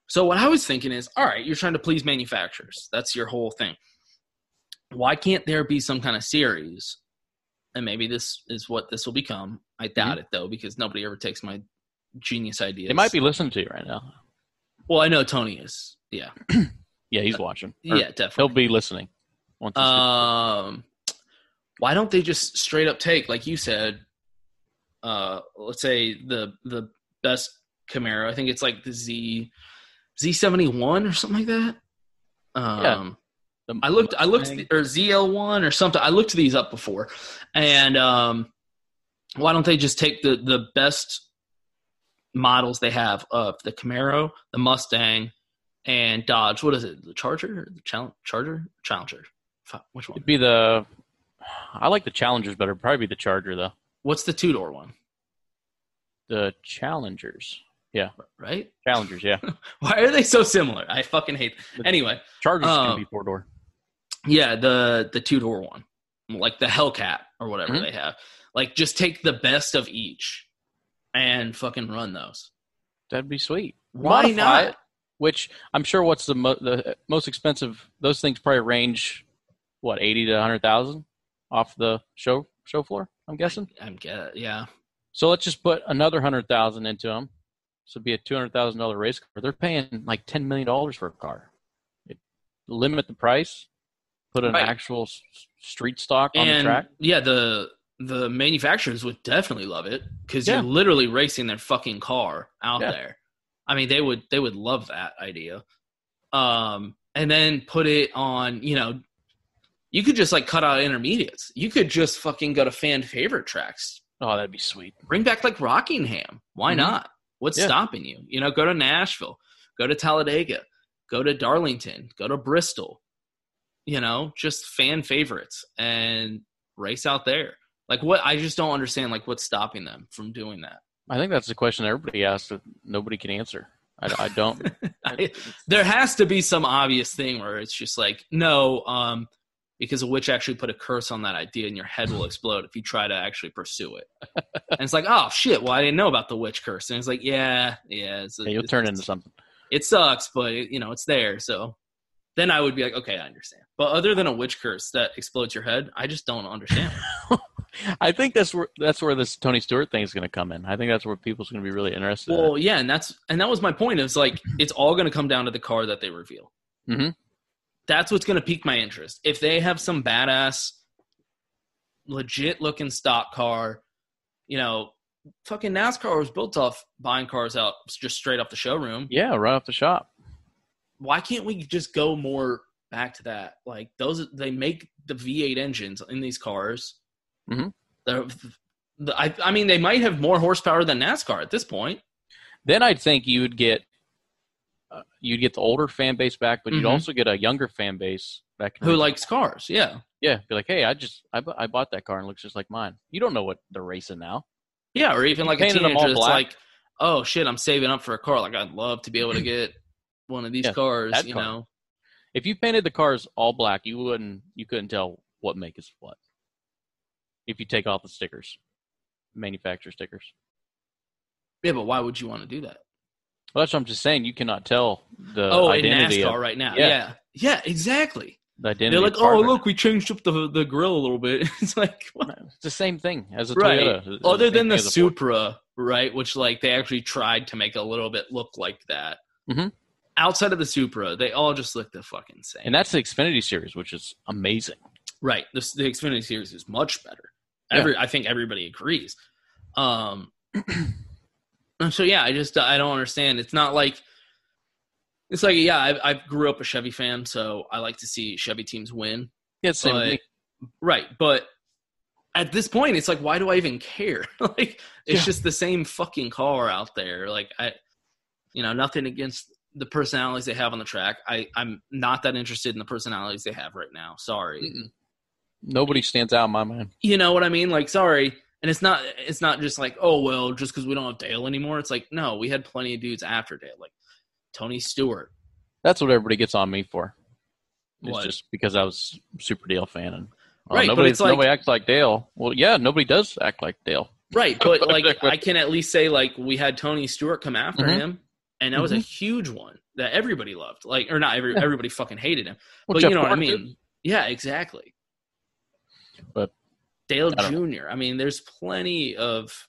[SPEAKER 2] So what I was thinking is, all right, you're trying to please manufacturers. That's your whole thing. Why can't there be some kind of series? And maybe this is what this will become.
[SPEAKER 3] Mm-hmm.
[SPEAKER 2] I doubt it though, because nobody ever takes my genius ideas.
[SPEAKER 3] They might be listening to you right now.
[SPEAKER 2] Well, I know Tony is. Yeah.
[SPEAKER 3] Yeah, he's watching.
[SPEAKER 2] yeah, definitely.
[SPEAKER 3] He'll be listening. Once this gets-
[SPEAKER 2] Um, why don't they just straight up take, like you said, uh, let's say the the best Camaro. I think it's like the Z Z seventy one or something like that. Um,
[SPEAKER 3] The-
[SPEAKER 2] I looked, I looked, or ZL one or something. I looked these up before, and um, why don't they just take the the best models they have of the Camaro, the Mustang, and Dodge? What is it? The Charger, the Chal- Charger, Challenger. Fuck, Which one?
[SPEAKER 3] It'd be the. I like the Challengers better. Probably be the Charger though.
[SPEAKER 2] What's the two door one?
[SPEAKER 3] The Challengers. Yeah,
[SPEAKER 2] Right?
[SPEAKER 3] Challengers. Yeah,
[SPEAKER 2] Why are they so similar? I fucking hate. Anyway,
[SPEAKER 3] Chargers
[SPEAKER 2] Um,
[SPEAKER 3] can be four door.
[SPEAKER 2] yeah, the the two door one, like the Hellcat or whatever
[SPEAKER 3] Mhm.
[SPEAKER 2] they have. Like, just take the best of each, and fucking run those.
[SPEAKER 3] That'd be sweet.
[SPEAKER 2] Why
[SPEAKER 3] Modify
[SPEAKER 2] not?
[SPEAKER 3] it, which I'm sure. What's the mo- the most expensive? Those things probably range, what eighty to hundred thousand off the show show floor. I'm guessing.
[SPEAKER 2] I'm get yeah.
[SPEAKER 3] So let's just put another hundred thousand into them. So it'd be a two hundred thousand dollar race car. They're paying like ten million dollars for a car. It, limit the price. Put an
[SPEAKER 2] Right.
[SPEAKER 3] actual s- street stock on the
[SPEAKER 2] and
[SPEAKER 3] track.
[SPEAKER 2] yeah, the the manufacturers would definitely love it because
[SPEAKER 3] Yeah.
[SPEAKER 2] you're literally racing their fucking car out
[SPEAKER 3] Yeah.
[SPEAKER 2] there. I mean, they would they would love that idea. Um, and then put it on. You know, you could just like cut out intermediates. You could just fucking go to fan favorite tracks.
[SPEAKER 3] Oh, that'd be sweet.
[SPEAKER 2] Bring back like Rockingham. Why
[SPEAKER 3] Mhm.
[SPEAKER 2] not? What's
[SPEAKER 3] Yeah.
[SPEAKER 2] stopping you? You know, go to Nashville, go to Talladega, go to Darlington, go to Bristol. You know, just fan favorites and race out there. Like what I just don't understand like what's stopping them from doing that.
[SPEAKER 3] I think that's the question everybody asks that nobody can answer. I, I don't.
[SPEAKER 2] I, there has to be some obvious thing where it's just like no um because a witch actually put a curse on that idea and your head will explode if you try to actually pursue it and it's like oh shit well i didn't know about the witch curse and it's like yeah yeah it's,
[SPEAKER 3] you'll turn into something.
[SPEAKER 2] it sucks but it, you know it's there so then i would be like okay i understand but other than a witch curse that explodes your head i just don't understand
[SPEAKER 3] I think that's where that's where this Tony Stewart thing is going to come in. I think that's where people's going to be really interested. in it.
[SPEAKER 2] well yeah and that's and that was my point is like it's all going to come down to the car that they reveal
[SPEAKER 3] Mhm.
[SPEAKER 2] that's what's going to pique my interest if they have some badass legit looking stock car you know fucking nascar was built off buying cars out just straight off the showroom
[SPEAKER 3] yeah, right off the shop.
[SPEAKER 2] why can't we just go more back to that like those they make the v8 engines in these cars
[SPEAKER 3] Mhm.
[SPEAKER 2] They're- the- I, I mean they might have more horsepower than nascar at this point
[SPEAKER 3] Then I'd think you would get uh, you'd get the older fan base back, but you'd
[SPEAKER 2] Mhm.
[SPEAKER 3] also get a younger fan base that can
[SPEAKER 2] who likes cars yeah
[SPEAKER 3] yeah be like, hey, I just I, bu- I bought that car and it looks just like mine. You don't know what they're racing now.
[SPEAKER 2] Yeah, or even like a
[SPEAKER 3] Painted them
[SPEAKER 2] teenager
[SPEAKER 3] all
[SPEAKER 2] that's
[SPEAKER 3] black.
[SPEAKER 2] like, oh shit, I'm saving up for a car. Like I'd love to be able to get one of these
[SPEAKER 3] Yeah,
[SPEAKER 2] cars,
[SPEAKER 3] that
[SPEAKER 2] you
[SPEAKER 3] car.
[SPEAKER 2] know.
[SPEAKER 3] If you painted the cars all black, you wouldn't you couldn't tell what make is what. If you take off the stickers, manufacturer stickers.
[SPEAKER 2] Yeah, but why would you want to do that?
[SPEAKER 3] Well, that's what I'm just saying. You cannot tell the
[SPEAKER 2] oh, in
[SPEAKER 3] identity
[SPEAKER 2] NASCAR
[SPEAKER 3] of
[SPEAKER 2] right now.
[SPEAKER 3] Yeah.
[SPEAKER 2] Yeah. Yeah, exactly.
[SPEAKER 3] the identity.
[SPEAKER 2] They're
[SPEAKER 3] of
[SPEAKER 2] like,
[SPEAKER 3] car
[SPEAKER 2] oh
[SPEAKER 3] right
[SPEAKER 2] look, we changed up the the grill a little bit. it's like what?
[SPEAKER 3] now. It's the same thing as a
[SPEAKER 2] right.
[SPEAKER 3] Toyota. It's
[SPEAKER 2] Other
[SPEAKER 3] same
[SPEAKER 2] than
[SPEAKER 3] thing
[SPEAKER 2] the
[SPEAKER 3] as a Ford.
[SPEAKER 2] Supra, right, which like they actually tried to make a little bit look like that.
[SPEAKER 3] Mhm.
[SPEAKER 2] Outside of the Supra, they all just look the fucking same.
[SPEAKER 3] and that's the Xfinity series, which is amazing.
[SPEAKER 2] Right. The, the Xfinity series is much better.
[SPEAKER 3] Yeah.
[SPEAKER 2] Every I think everybody agrees. Um, and so yeah, I just I don't understand. It's not like it's like yeah, I, I grew up a Chevy fan, so I like to see Chevy teams win.
[SPEAKER 3] Yeah, it's the same.
[SPEAKER 2] But-
[SPEAKER 3] thing.
[SPEAKER 2] Right, but at this point, it's like why do I even care? like it's
[SPEAKER 3] Yeah.
[SPEAKER 2] just the same fucking car out there. Like I, you know, nothing against the personalities they have on the track. I I'm not that interested in the personalities they have right now. Sorry.
[SPEAKER 3] Nobody stands out in my mind.
[SPEAKER 2] You know what I mean? Like, sorry, And it's not it's not just like oh well just because we don't have Dale anymore. It's like no, we had plenty of dudes after Dale, like Tony Stewart.
[SPEAKER 3] That's what everybody gets on me for. It's
[SPEAKER 2] What?
[SPEAKER 3] just because I was a super Dale fan and oh,
[SPEAKER 2] Right, but
[SPEAKER 3] nobody,
[SPEAKER 2] it's like-
[SPEAKER 3] nobody acts like Dale. Well, yeah, nobody does act like Dale.
[SPEAKER 2] Right, but like I can at least say like we had Tony Stewart come after
[SPEAKER 3] Mhm.
[SPEAKER 2] him, and that was a
[SPEAKER 3] Mhm.
[SPEAKER 2] huge one that everybody loved. Like or not every,
[SPEAKER 3] Yeah.
[SPEAKER 2] everybody fucking hated him,
[SPEAKER 3] Well,
[SPEAKER 2] but
[SPEAKER 3] Jeff
[SPEAKER 2] you know what I
[SPEAKER 3] Gordon did.
[SPEAKER 2] mean? Yeah, exactly.
[SPEAKER 3] But
[SPEAKER 2] Dale
[SPEAKER 3] I don't
[SPEAKER 2] Jr. I mean, there's plenty of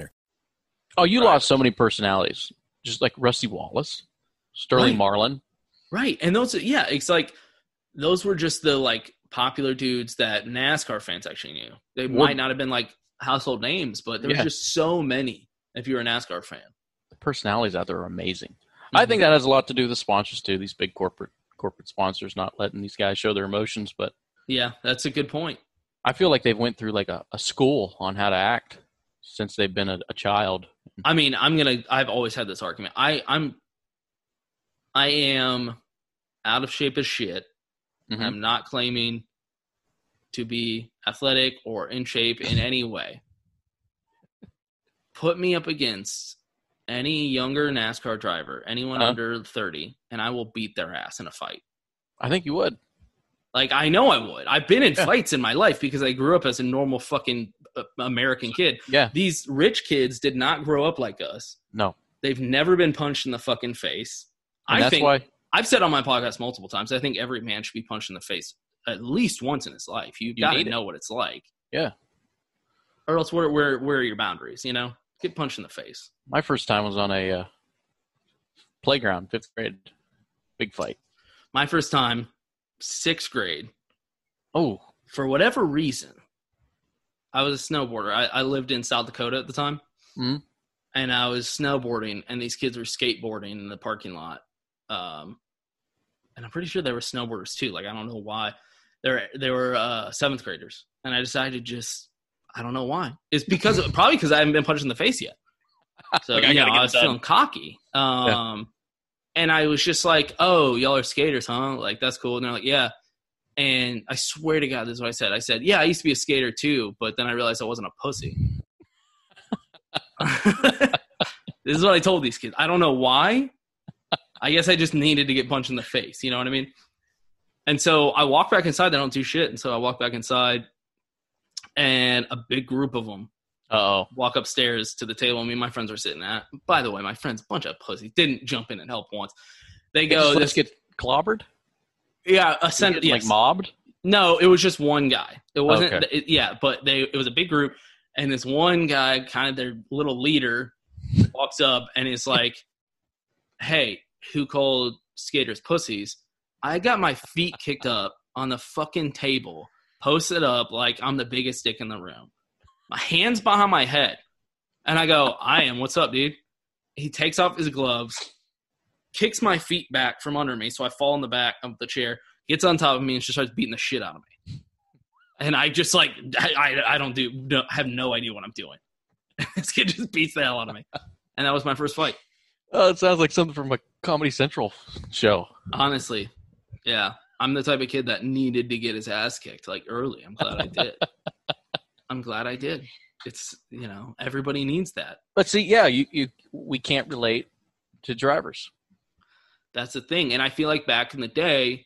[SPEAKER 3] Oh, you lost so many personalities, just like Rusty Wallace, Sterling
[SPEAKER 2] Right.
[SPEAKER 3] Marlin.
[SPEAKER 2] Right. And those, yeah, it's like those were just the like popular dudes that NASCAR fans actually knew. They
[SPEAKER 3] Well-
[SPEAKER 2] might not have been like household names, but there
[SPEAKER 3] Yeah.
[SPEAKER 2] were just so many if you're a NASCAR fan.
[SPEAKER 3] The personalities out there are amazing.
[SPEAKER 2] Mm-hmm.
[SPEAKER 3] I think that has a lot to do with the sponsors too. These big corporate corporate sponsors not letting these guys show their emotions, but
[SPEAKER 2] Yeah, that's a good point.
[SPEAKER 3] I feel like they've went through like a, a school on how to act since they've been a, a child.
[SPEAKER 2] I mean, I'm going to, I've always had this argument. I, I'm, I am out of shape as shit.
[SPEAKER 3] Mhm.
[SPEAKER 2] I'm not claiming to be athletic or in shape in any way. Put me up against any younger NASCAR driver, anyone
[SPEAKER 3] Uh-huh.
[SPEAKER 2] under 30, and I will beat their ass in a fight.
[SPEAKER 3] I think you would.
[SPEAKER 2] Like, I know I would. I've been in
[SPEAKER 3] Yeah.
[SPEAKER 2] fights in my life because I grew up as a normal fucking uh, American kid.
[SPEAKER 3] Yeah.
[SPEAKER 2] These rich kids did not grow up like us.
[SPEAKER 3] No.
[SPEAKER 2] They've never been punched in the fucking face.
[SPEAKER 3] And
[SPEAKER 2] I
[SPEAKER 3] that's
[SPEAKER 2] think
[SPEAKER 3] why
[SPEAKER 2] I've said on my podcast multiple times, I think every man should be punched in the face at least once in his life. You've
[SPEAKER 3] You
[SPEAKER 2] got to
[SPEAKER 3] need it.
[SPEAKER 2] know what it's like.
[SPEAKER 3] Yeah.
[SPEAKER 2] Or else where, where, where are your boundaries, you know? Get punched in the face.
[SPEAKER 3] my first time was on a uh, playground, fifth grade, big fight.
[SPEAKER 2] My first time, sixth grade,
[SPEAKER 3] Oh,
[SPEAKER 2] for whatever reason, I was a snowboarder. I, I lived in South Dakota at the time.
[SPEAKER 3] Mhm.
[SPEAKER 2] And I was snowboarding, and these kids were skateboarding in the parking lot. Um, and I'm pretty sure they were snowboarders too. Like, I don't know why. They were, they were uh, seventh graders. And I decided to just, I don't know why. It's because, probably because I haven't been punched in the face yet. So,
[SPEAKER 3] Like, I
[SPEAKER 2] you know,
[SPEAKER 3] gotta get
[SPEAKER 2] I was
[SPEAKER 3] it done.
[SPEAKER 2] feeling cocky. Um, And I was just like, oh, y'all are skaters, huh? Like, that's cool. And they're like, yeah. And I swear to God, this is what I said. I said, "Yeah, I used to be a skater too, but then I realized I wasn't a pussy." this is what I told these kids. I don't know why. I guess I just needed to get punched in the face. You know what I mean? And so I walk back inside. They don't do shit. And so I walk back inside, and a big group of them
[SPEAKER 3] oh,
[SPEAKER 2] walk upstairs to the table. Me and my friends were sitting at. By the way, my friends, bunch of pussies, didn't jump in and help once. They go,
[SPEAKER 3] just
[SPEAKER 2] this,
[SPEAKER 3] let's get clobbered,
[SPEAKER 2] yeah, a
[SPEAKER 3] You're
[SPEAKER 2] sen-
[SPEAKER 3] getting,
[SPEAKER 2] yes.
[SPEAKER 3] like mobbed.
[SPEAKER 2] No, it was just one guy. It wasn't.
[SPEAKER 3] Okay.
[SPEAKER 2] it- yeah, but they it was a big group, and this one guy, kind of their little leader, walks up and is like, "Hey, who called skaters pussies? I got my feet kicked up on the fucking table, posted up like I'm the biggest dick in the room, my hands behind my head, and I go, I am. What's up, dude? He takes off his gloves, kicks my feet back from under me, so I fall in the back of the chair." gets on top of me and she starts beating the shit out of me. And I just like I I, I don't do no, have no idea what I'm doing. this kid just beats the hell out of me, and that was my first fight.
[SPEAKER 3] Oh, it sounds like something from a Comedy Central show.
[SPEAKER 2] Honestly, yeah, I'm the type of kid that needed to get his ass kicked like early. I'm glad I did. I'm glad I did. It's you know everybody needs that.
[SPEAKER 3] But see, yeah, you, you we can't relate to drivers.
[SPEAKER 2] That's the thing, and I feel like back in the day,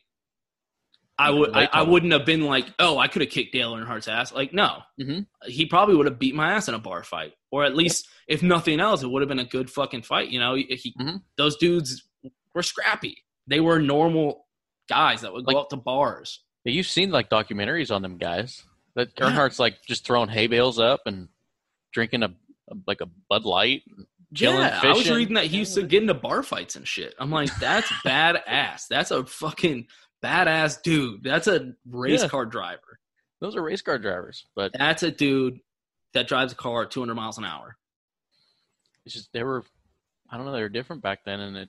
[SPEAKER 2] I
[SPEAKER 3] You
[SPEAKER 2] would I,
[SPEAKER 3] relate to
[SPEAKER 2] I
[SPEAKER 3] it.
[SPEAKER 2] wouldn't have been like, oh, I could have kicked Dale Earnhardt's ass. Like, no,
[SPEAKER 3] Mhm.
[SPEAKER 2] he probably would have beat my ass in a bar fight, or at least if nothing else, it would have been a good fucking fight. You know, he
[SPEAKER 3] Mhm.
[SPEAKER 2] those dudes were scrappy. They were normal guys that would go
[SPEAKER 3] Like-
[SPEAKER 2] out to bars.
[SPEAKER 3] Yeah, You've seen like documentaries on them guys. That
[SPEAKER 2] Yeah.
[SPEAKER 3] Earnhardt's like just throwing hay bales up and drinking a, a like a Bud Light. Chilling,
[SPEAKER 2] yeah, I was
[SPEAKER 3] fishing.
[SPEAKER 2] reading that he used to get into bar fights and shit. I'm like, that's badass. That's a fucking badass dude. That's a race
[SPEAKER 3] Yeah.
[SPEAKER 2] car driver.
[SPEAKER 3] Those are race car drivers, but
[SPEAKER 2] That's a dude that drives a car 200 miles an hour.
[SPEAKER 3] It's just they were, I don't know, they were different back then, and it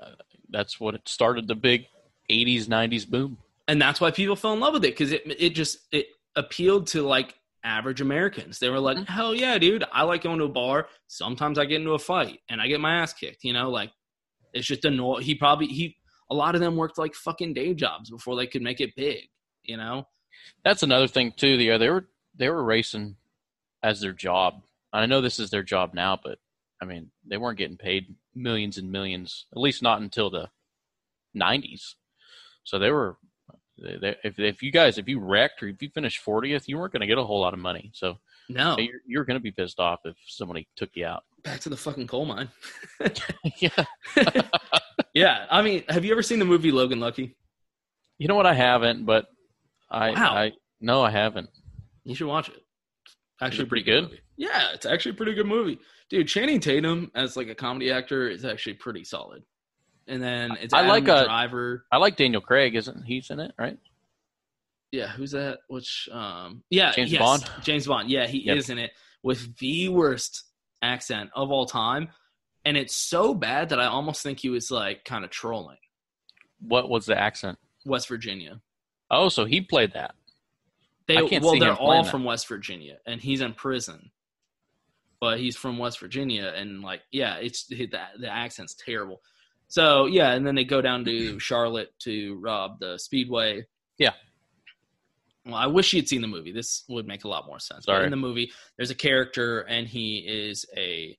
[SPEAKER 3] uh, that's what it started the big '80s '90s boom.
[SPEAKER 2] And that's why people fell in love with it because it it just it appealed to like average Americans. They were like, hell yeah, dude, I like going to a bar. Sometimes I get into a fight and I get my ass kicked. You know, like it's just a no. He probably he a lot of them worked like fucking day jobs before they could make it big. You know,
[SPEAKER 3] That's another thing too. The uh, they were they were racing as their job. I know this is their job now, but I mean they weren't getting paid millions and millions, at least not until the '90s. So they were. They, they, if if you guys if you wrecked or if you finished 40th, you weren't going to get a whole lot of money. So
[SPEAKER 2] no.
[SPEAKER 3] you're, you're going to be pissed off if somebody took you out.
[SPEAKER 2] Back to the fucking coal mine.
[SPEAKER 3] yeah.
[SPEAKER 2] yeah, I mean, have you ever seen the movie Logan Lucky?
[SPEAKER 3] You know what? I haven't, but I,
[SPEAKER 2] Wow.
[SPEAKER 3] I no, I haven't.
[SPEAKER 2] You should watch it. Actually,
[SPEAKER 3] it pretty
[SPEAKER 2] a pretty
[SPEAKER 3] good?
[SPEAKER 2] movie. Yeah, it's actually a pretty good movie, dude. Channing Tatum as like a comedy actor is actually pretty solid. And then it's
[SPEAKER 3] I
[SPEAKER 2] Adam
[SPEAKER 3] like a-
[SPEAKER 2] Driver.
[SPEAKER 3] I like Daniel Craig, isn't he's in it, right?
[SPEAKER 2] Yeah, who's that? Which um, yeah,
[SPEAKER 3] James
[SPEAKER 2] yes,
[SPEAKER 3] Bond?
[SPEAKER 2] James Bond. Yeah, he
[SPEAKER 3] Yep.
[SPEAKER 2] is in it with the worst accent of all time, and it's so bad that I almost think he was like kind of trolling
[SPEAKER 3] What was the accent?
[SPEAKER 2] West Virginia.
[SPEAKER 3] Oh, so he played that.
[SPEAKER 2] They
[SPEAKER 3] I can't
[SPEAKER 2] well,
[SPEAKER 3] see him
[SPEAKER 2] they're all
[SPEAKER 3] playing that.
[SPEAKER 2] from West Virginia, and he's in prison, but he's from West Virginia, and like, yeah, it's the the accent's terrible. So yeah, and then they go down to Charlotte to rob the speedway.
[SPEAKER 3] Mm-hmm. Yeah.
[SPEAKER 2] Well, I wish you'd seen the movie. This would make a lot more sense. But
[SPEAKER 3] Sorry.
[SPEAKER 2] in the movie, there's a character, and he is a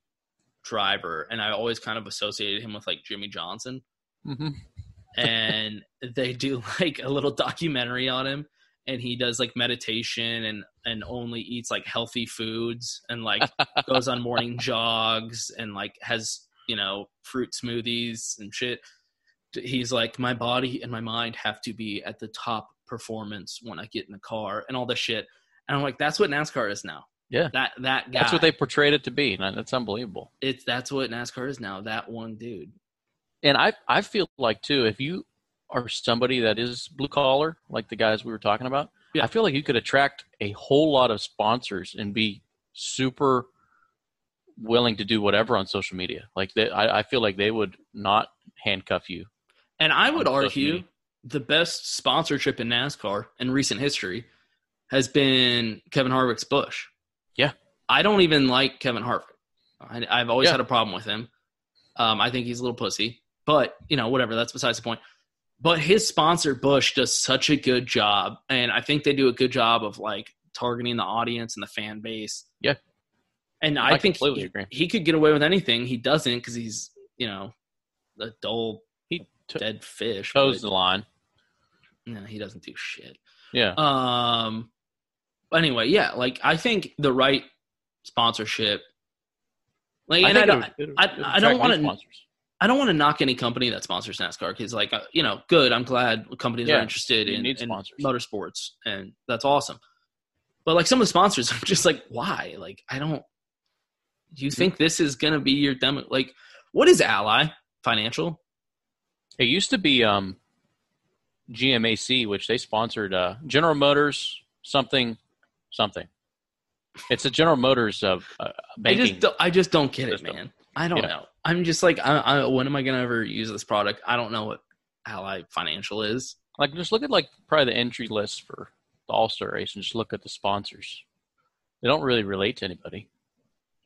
[SPEAKER 2] driver, and I always kind of associated him with like Jimmy Johnson
[SPEAKER 3] Mm-hmm.
[SPEAKER 2] and they do like a little documentary on him and he does like meditation and and only eats like healthy foods and like goes on morning jogs and like has you know fruit smoothies and shit he's like my body and my mind have to be at the top performance when i get in the car and all this shit and i'm like that's what nascar is now
[SPEAKER 3] Yeah.
[SPEAKER 2] that that guy
[SPEAKER 3] That's what they portrayed it to be. and That's unbelievable.
[SPEAKER 2] it's that's what nascar is now that one dude
[SPEAKER 3] And I I feel like too, if you are somebody that is blue collar, like the guys we were talking about,
[SPEAKER 2] Yeah.
[SPEAKER 3] I feel like you could attract a whole lot of sponsors and be super willing to do whatever on social media. Like they, I, I feel like they would not handcuff you.
[SPEAKER 2] And I would
[SPEAKER 3] on social
[SPEAKER 2] argue
[SPEAKER 3] media.
[SPEAKER 2] the best sponsorship in NASCAR in recent history has been Kevin Harvick's Bush.
[SPEAKER 3] Yeah.
[SPEAKER 2] I don't even like Kevin Harvick. I, I've always
[SPEAKER 3] Yeah.
[SPEAKER 2] had a problem with him. Um, I think he's a little pussy, but you know, whatever. That's besides the point. But his sponsor Bush does such a good job, and I think they do a good job of like targeting the audience and the fan base.
[SPEAKER 3] Yeah.
[SPEAKER 2] and I,
[SPEAKER 3] I
[SPEAKER 2] think
[SPEAKER 3] completely
[SPEAKER 2] he-
[SPEAKER 3] agree.
[SPEAKER 2] he could get away with anything. He doesn't because he's you know a dull
[SPEAKER 3] He to-
[SPEAKER 2] dead fish.
[SPEAKER 3] toes
[SPEAKER 2] but-
[SPEAKER 3] the line.
[SPEAKER 2] no, he doesn't do shit.
[SPEAKER 3] Yeah.
[SPEAKER 2] Um. Anyway, yeah, like I think the right sponsorship. Like, and I
[SPEAKER 3] think
[SPEAKER 2] don't,
[SPEAKER 3] it would- it would-
[SPEAKER 2] I-
[SPEAKER 3] it would
[SPEAKER 2] I
[SPEAKER 3] attract
[SPEAKER 2] don't
[SPEAKER 3] new
[SPEAKER 2] wanna-
[SPEAKER 3] sponsors.
[SPEAKER 2] I don't want to knock any company that sponsors NASCAR because, like, uh, you know, good. I'm glad companies
[SPEAKER 3] Yeah,
[SPEAKER 2] are interested
[SPEAKER 3] you
[SPEAKER 2] in,
[SPEAKER 3] need
[SPEAKER 2] in
[SPEAKER 3] sponsors.
[SPEAKER 2] motorsports, and that's awesome. But like some of the sponsors, I'm just like, why? Like, I don't. Do you think this is gonna be your demo? Like, what is Ally Financial?
[SPEAKER 3] It used to be um, GMAC, which they sponsored uh, General Motors something something. It's a General Motors of uh, banking.
[SPEAKER 2] I just don't, I just don't get it,
[SPEAKER 3] system.
[SPEAKER 2] man. I don't
[SPEAKER 3] Yeah.
[SPEAKER 2] know. I'm just like, I, I, when am I gonna ever use this product? I don't know what Ally Financial is.
[SPEAKER 3] like just look at like probably the entry list for the All Star race and just look at the sponsors. They don't really relate to anybody.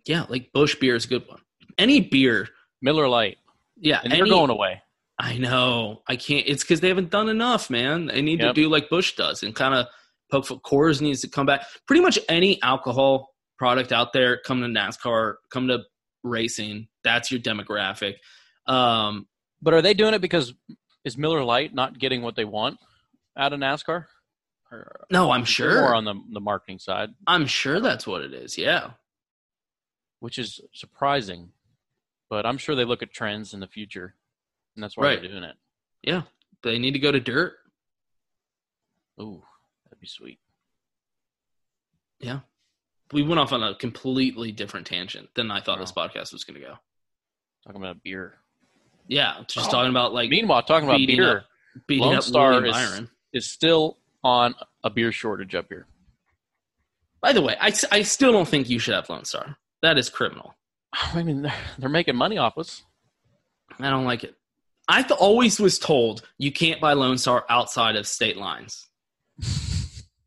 [SPEAKER 2] Yeah, like Bush beer is a good one. Any beer,
[SPEAKER 3] Miller Lite,
[SPEAKER 2] yeah.
[SPEAKER 3] and they're
[SPEAKER 2] any-
[SPEAKER 3] going away.
[SPEAKER 2] I know. I can't. It's because they haven't done enough, man. They need
[SPEAKER 3] Yep.
[SPEAKER 2] to do like Bush does and kind of poke for Coors needs to come back. Pretty much any alcohol product out there, come to NASCAR, come to racing. That's your demographic. Um,
[SPEAKER 3] But are they doing it because is Miller Lite not getting what they want out of NASCAR? Or
[SPEAKER 2] no, I'm
[SPEAKER 3] More
[SPEAKER 2] sure.
[SPEAKER 3] on the the marketing side,
[SPEAKER 2] I'm sure that's what it is. Yeah.
[SPEAKER 3] which is surprising. But I'm sure they look at trends in the future, and that's why
[SPEAKER 2] Right.
[SPEAKER 3] they're doing it.
[SPEAKER 2] Yeah, they need to go to dirt.
[SPEAKER 3] Ooh, that'd be sweet.
[SPEAKER 2] Yeah. We went off on a completely different tangent than I thought
[SPEAKER 3] Wow.
[SPEAKER 2] this podcast was going to go.
[SPEAKER 3] Talking about beer.
[SPEAKER 2] Yeah, just talking about
[SPEAKER 3] Oh.
[SPEAKER 2] like
[SPEAKER 3] Meanwhile, talking about
[SPEAKER 2] beating
[SPEAKER 3] beer
[SPEAKER 2] up- beating
[SPEAKER 3] Lone
[SPEAKER 2] up
[SPEAKER 3] Star
[SPEAKER 2] William
[SPEAKER 3] is-
[SPEAKER 2] Byron.
[SPEAKER 3] is still on a beer shortage up here.
[SPEAKER 2] By the way, I, s- I still don't think you should have Lone Star. That is criminal.
[SPEAKER 3] I mean, they're, they're making money off us.
[SPEAKER 2] I don't like it. I th- always was told you can't buy Lone Star outside of state lines.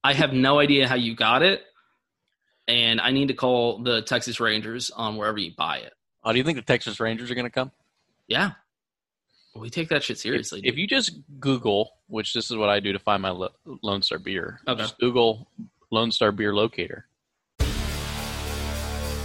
[SPEAKER 2] I have no idea how you got it, and I need to call the Texas Rangers on wherever you buy it.
[SPEAKER 3] Oh, do you think the Texas Rangers are going to come?
[SPEAKER 2] Yeah, we take that shit seriously.
[SPEAKER 3] If you just Google, which this is what I do to find my lo- Lone Star beer,
[SPEAKER 2] Okay.
[SPEAKER 3] just Google Lone Star beer locator.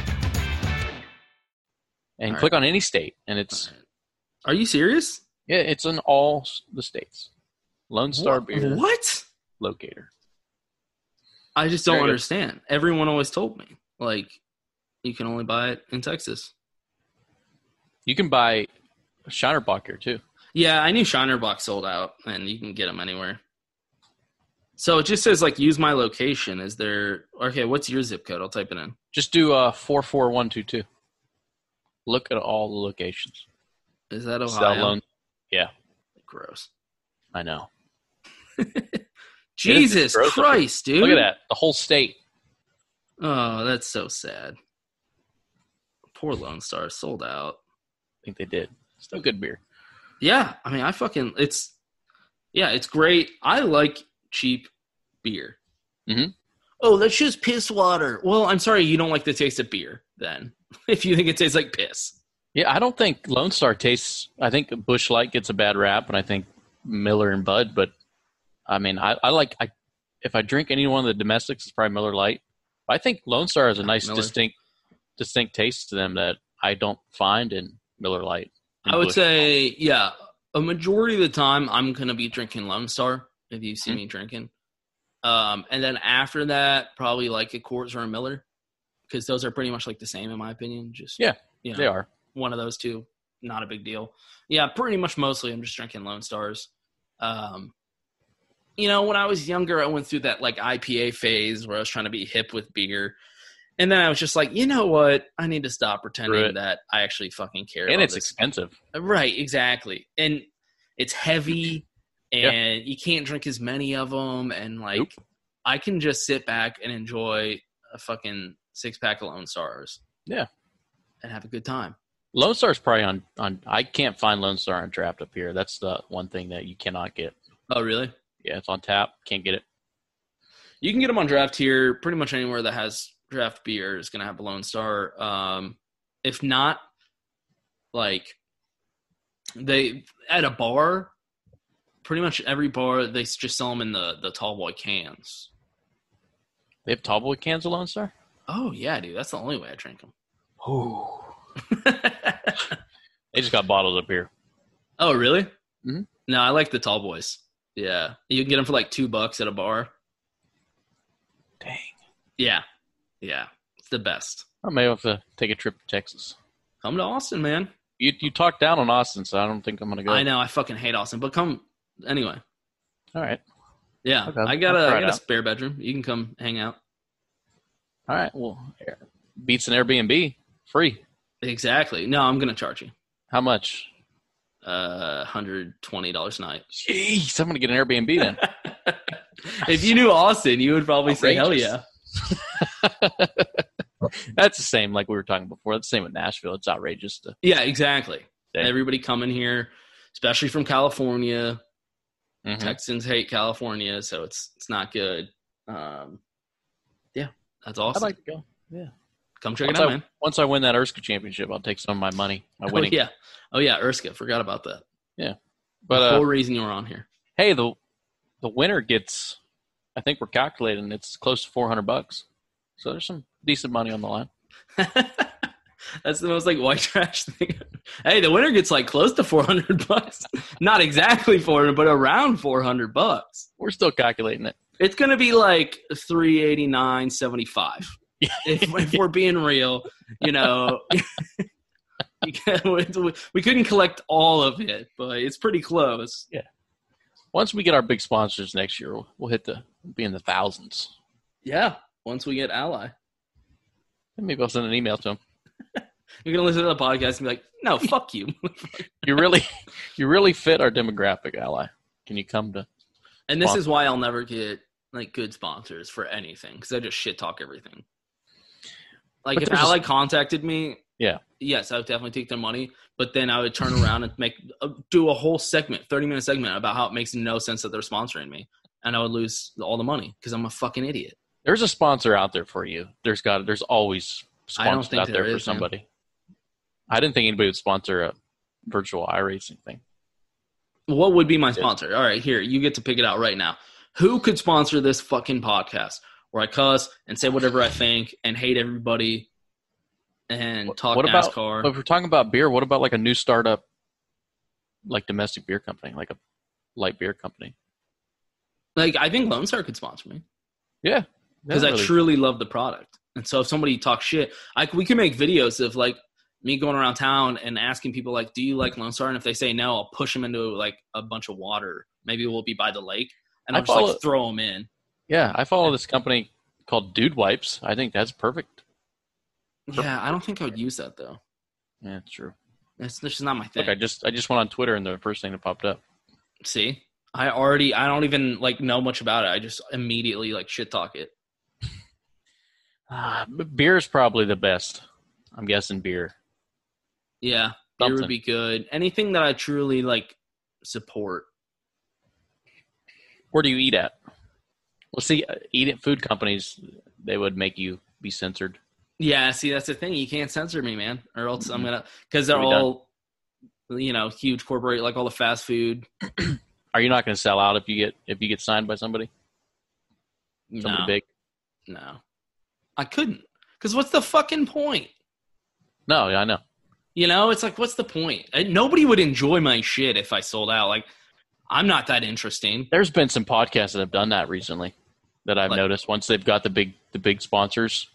[SPEAKER 3] And click on any state, and it's.
[SPEAKER 2] Are you serious?
[SPEAKER 3] Yeah, it's in all s- the states. Lone Star beer.
[SPEAKER 2] What
[SPEAKER 3] locator?
[SPEAKER 2] I just don't
[SPEAKER 3] Very good.
[SPEAKER 2] understand. Everyone always told me like you can only buy it in Texas.
[SPEAKER 3] You can buy Shinerbach here too.
[SPEAKER 2] Yeah, I knew Shinerbach sold out, and you can get them anywhere. So it just says like use my location. Is there okay? What's your zip code? I'll type it in.
[SPEAKER 3] Just do uh four four one two two. Look at all the locations.
[SPEAKER 2] Is that
[SPEAKER 3] Sell
[SPEAKER 2] Ohio?
[SPEAKER 3] Lone- Yeah,
[SPEAKER 2] Gross.
[SPEAKER 3] I know. It is
[SPEAKER 2] Jesus
[SPEAKER 3] gross looking.
[SPEAKER 2] Christ, dude!
[SPEAKER 3] Look at that. The whole state.
[SPEAKER 2] Oh, that's so sad. Poor Lone Star sold out.
[SPEAKER 3] I think they did. Still good beer.
[SPEAKER 2] Yeah, I mean, I fucking it's yeah, it's great. I like cheap beer.
[SPEAKER 3] Mm-hmm.
[SPEAKER 2] Oh, that's just piss water. Well, I'm sorry you don't like the taste of beer then. If you think it tastes like piss.
[SPEAKER 3] Yeah, I don't think Lone Star tastes. I think Bush Light gets a bad rap, and I think Miller and Bud. But I mean, I, I like. I if I drink any one of the domestics, it's probably Miller Light. I think Lone Star has a nice,
[SPEAKER 2] Miller.
[SPEAKER 3] distinct, distinct taste to them that I don't find in Miller Light. and
[SPEAKER 2] I would
[SPEAKER 3] Busch.
[SPEAKER 2] say, yeah, a majority of the time I'm gonna be drinking Lone Star if you
[SPEAKER 3] Mm-hmm.
[SPEAKER 2] see me drinking. Um, and then after that, probably like a Coors or a Miller, because those are pretty much like the same in my opinion. Just
[SPEAKER 3] yeah,
[SPEAKER 2] you know,
[SPEAKER 3] they are.
[SPEAKER 2] one of those two. Not a big deal. Yeah, pretty much mostly I'm just drinking Lone Stars. Um, you know, when I was younger, I went through that like IPA phase where I was trying to be hip with beer. And then I was just like, you know what? I need to stop pretending
[SPEAKER 3] Screw it.
[SPEAKER 2] that I actually fucking care.
[SPEAKER 3] and
[SPEAKER 2] about
[SPEAKER 3] it's
[SPEAKER 2] this.
[SPEAKER 3] expensive.
[SPEAKER 2] Right, exactly. And it's heavy and you can't drink as many of them and like I can just sit back and enjoy a fucking six pack of Lone Stars
[SPEAKER 3] Yeah,
[SPEAKER 2] and have a good time.
[SPEAKER 3] Lone Star's probably on on. I can't find Lone Star on Draft up here. That's the one thing that you cannot get.
[SPEAKER 2] Oh, really?
[SPEAKER 3] Yeah, it's on tap. Can't get it.
[SPEAKER 2] You can get them on draft here pretty much anywhere that has draft beer is going to have a Lone Star. Um, if not, like they at a bar, pretty much every bar they s- just sell them in the the tall boy cans.
[SPEAKER 3] They have Tallboy cans of Lone Star.
[SPEAKER 2] Oh yeah, dude, that's the only way I drink them.
[SPEAKER 3] Oh. they just got bottles up here.
[SPEAKER 2] Oh really?
[SPEAKER 3] Mhm.
[SPEAKER 2] No, I like the tall boys. Yeah, you can get them for like two bucks at a bar.
[SPEAKER 3] Dang.
[SPEAKER 2] Yeah, yeah, it's the best.
[SPEAKER 3] I may have to take a trip to Texas.
[SPEAKER 2] Come to Austin, man.
[SPEAKER 3] You you talked down on Austin, so I don't think I'm gonna go.
[SPEAKER 2] I know I fucking hate Austin, but come anyway.
[SPEAKER 3] All right.
[SPEAKER 2] Yeah,
[SPEAKER 3] Okay,
[SPEAKER 2] I got a,
[SPEAKER 3] I'll try
[SPEAKER 2] I
[SPEAKER 3] it
[SPEAKER 2] got a
[SPEAKER 3] out.
[SPEAKER 2] spare bedroom. You can come hang out.
[SPEAKER 3] All right. Well, beats an Airbnb, free.
[SPEAKER 2] Exactly. No, I'm gonna charge you
[SPEAKER 3] How much?
[SPEAKER 2] uh, hundred twenty dollars a night.
[SPEAKER 3] Jeez, I'm gonna get an Airbnb then.
[SPEAKER 2] If you knew Austin, you would probably say hell
[SPEAKER 3] Outrageous.
[SPEAKER 2] yeah.
[SPEAKER 3] That's the same, like we were talking before. That's the same with Nashville. It's outrageous to
[SPEAKER 2] Yeah, exactly.
[SPEAKER 3] Dang.
[SPEAKER 2] Everybody coming here, especially from California. Mm-hmm.
[SPEAKER 3] Mhm.
[SPEAKER 2] Texans hate California, so it's it's not good. Um, yeah, that's
[SPEAKER 3] I'd
[SPEAKER 2] awesome.
[SPEAKER 3] like to go. Yeah.
[SPEAKER 2] Come check it
[SPEAKER 3] once
[SPEAKER 2] out,
[SPEAKER 3] I,
[SPEAKER 2] man.
[SPEAKER 3] Once I win that Erska championship, I'll take some of my money, my
[SPEAKER 2] Oh,
[SPEAKER 3] winning.
[SPEAKER 2] yeah. Oh yeah, Erska. Forgot about that.
[SPEAKER 3] Yeah.
[SPEAKER 2] the
[SPEAKER 3] But
[SPEAKER 2] whole
[SPEAKER 3] uh,
[SPEAKER 2] reason you were on here.
[SPEAKER 3] hey, the the winner gets. I think we're calculating it's close to four hundred bucks. So there's some decent money on the line.
[SPEAKER 2] That's the most like white trash thing. hey, the winner gets like close to four hundred bucks. Not exactly four hundred, but around four hundred bucks.
[SPEAKER 3] We're still calculating it.
[SPEAKER 2] It's gonna be like three eighty nine seventy five. if, if we're being real, you know, you can't- we we couldn't collect all of it, but it's pretty close.
[SPEAKER 3] Yeah. Once we get our big sponsors next year, we'll, we'll hit the we'll be in the thousands.
[SPEAKER 2] Yeah. Once we get Ally,
[SPEAKER 3] And maybe I'll send an email to them.
[SPEAKER 2] you're gonna listen to the podcast and be like, "No, fuck you."
[SPEAKER 3] You really, you really fit our demographic, ally. Can you come to?
[SPEAKER 2] And this is why I'll never get like good sponsors for anything because I just shit talk everything. Like
[SPEAKER 3] But
[SPEAKER 2] if
[SPEAKER 3] there's a-
[SPEAKER 2] Ally contacted me,
[SPEAKER 3] Yeah.
[SPEAKER 2] yes, I would definitely take their money, but then I would turn around and make uh, do a whole segment, thirty minute segment about how it makes no sense that they're sponsoring me, and I would lose all the money because I'm a fucking idiot.
[SPEAKER 3] There's a sponsor out there for you. There's got. There's always
[SPEAKER 2] I don't
[SPEAKER 3] sponsors
[SPEAKER 2] think
[SPEAKER 3] out there,
[SPEAKER 2] there
[SPEAKER 3] for
[SPEAKER 2] is, man.
[SPEAKER 3] somebody. I didn't think anybody would sponsor a virtual iRacing thing.
[SPEAKER 2] What would be my sponsor? All right, here you get to pick it out right now. Who could sponsor this fucking podcast where I cuss and say whatever I think and hate everybody and talk
[SPEAKER 3] what about?
[SPEAKER 2] NASCAR?
[SPEAKER 3] If we're talking about beer, what about like a new startup, like domestic beer company, like a light beer company?
[SPEAKER 2] Like I think Lone Star could sponsor me.
[SPEAKER 3] Yeah,
[SPEAKER 2] because I
[SPEAKER 3] really-
[SPEAKER 2] truly love the product. And so if somebody talks shit, I we can make videos of like me going around town and asking people like, "Do you like Lone Star?" And if they say no, I'll push them into like a bunch of water. Maybe we'll be by the lake, and
[SPEAKER 3] I
[SPEAKER 2] I'll just like
[SPEAKER 3] follow-
[SPEAKER 2] throw them in.
[SPEAKER 3] Yeah, I follow this company called Dude Wipes. I think that's perfect.
[SPEAKER 2] Yeah, I don't think I would use that though.
[SPEAKER 3] Yeah, it's true.
[SPEAKER 2] That's that's just not my thing.
[SPEAKER 3] Look, I just I just went on Twitter and the first thing that popped up.
[SPEAKER 2] See, I already I don't even like know much about it. I just immediately like shit talk it.
[SPEAKER 3] Ah, b- beer is probably the best. I'm guessing beer.
[SPEAKER 2] Yeah, beer would
[SPEAKER 3] Something.
[SPEAKER 2] be good. Anything that I truly like support.
[SPEAKER 3] Where do you eat at? Well, see, uh, eat at food companies, they would make you be censored.
[SPEAKER 2] Yeah, see, that's the thing. You can't censor me, man, or else I'm gonna because they're
[SPEAKER 3] You'll be done.
[SPEAKER 2] all, you know, huge corporate like all the fast food.
[SPEAKER 3] Are you not going to sell out if you get if you get signed by somebody? Somebody
[SPEAKER 2] No.
[SPEAKER 3] big?
[SPEAKER 2] No, I couldn't. Because what's the fucking point?
[SPEAKER 3] No, yeah, I know.
[SPEAKER 2] You know, it's like, what's the point? And Nobody would enjoy my shit if I sold out. Like, I'm not that interesting.
[SPEAKER 3] There's been some podcasts that have done that recently that I've
[SPEAKER 2] Like-
[SPEAKER 3] noticed. Once they've got the big the big sponsors,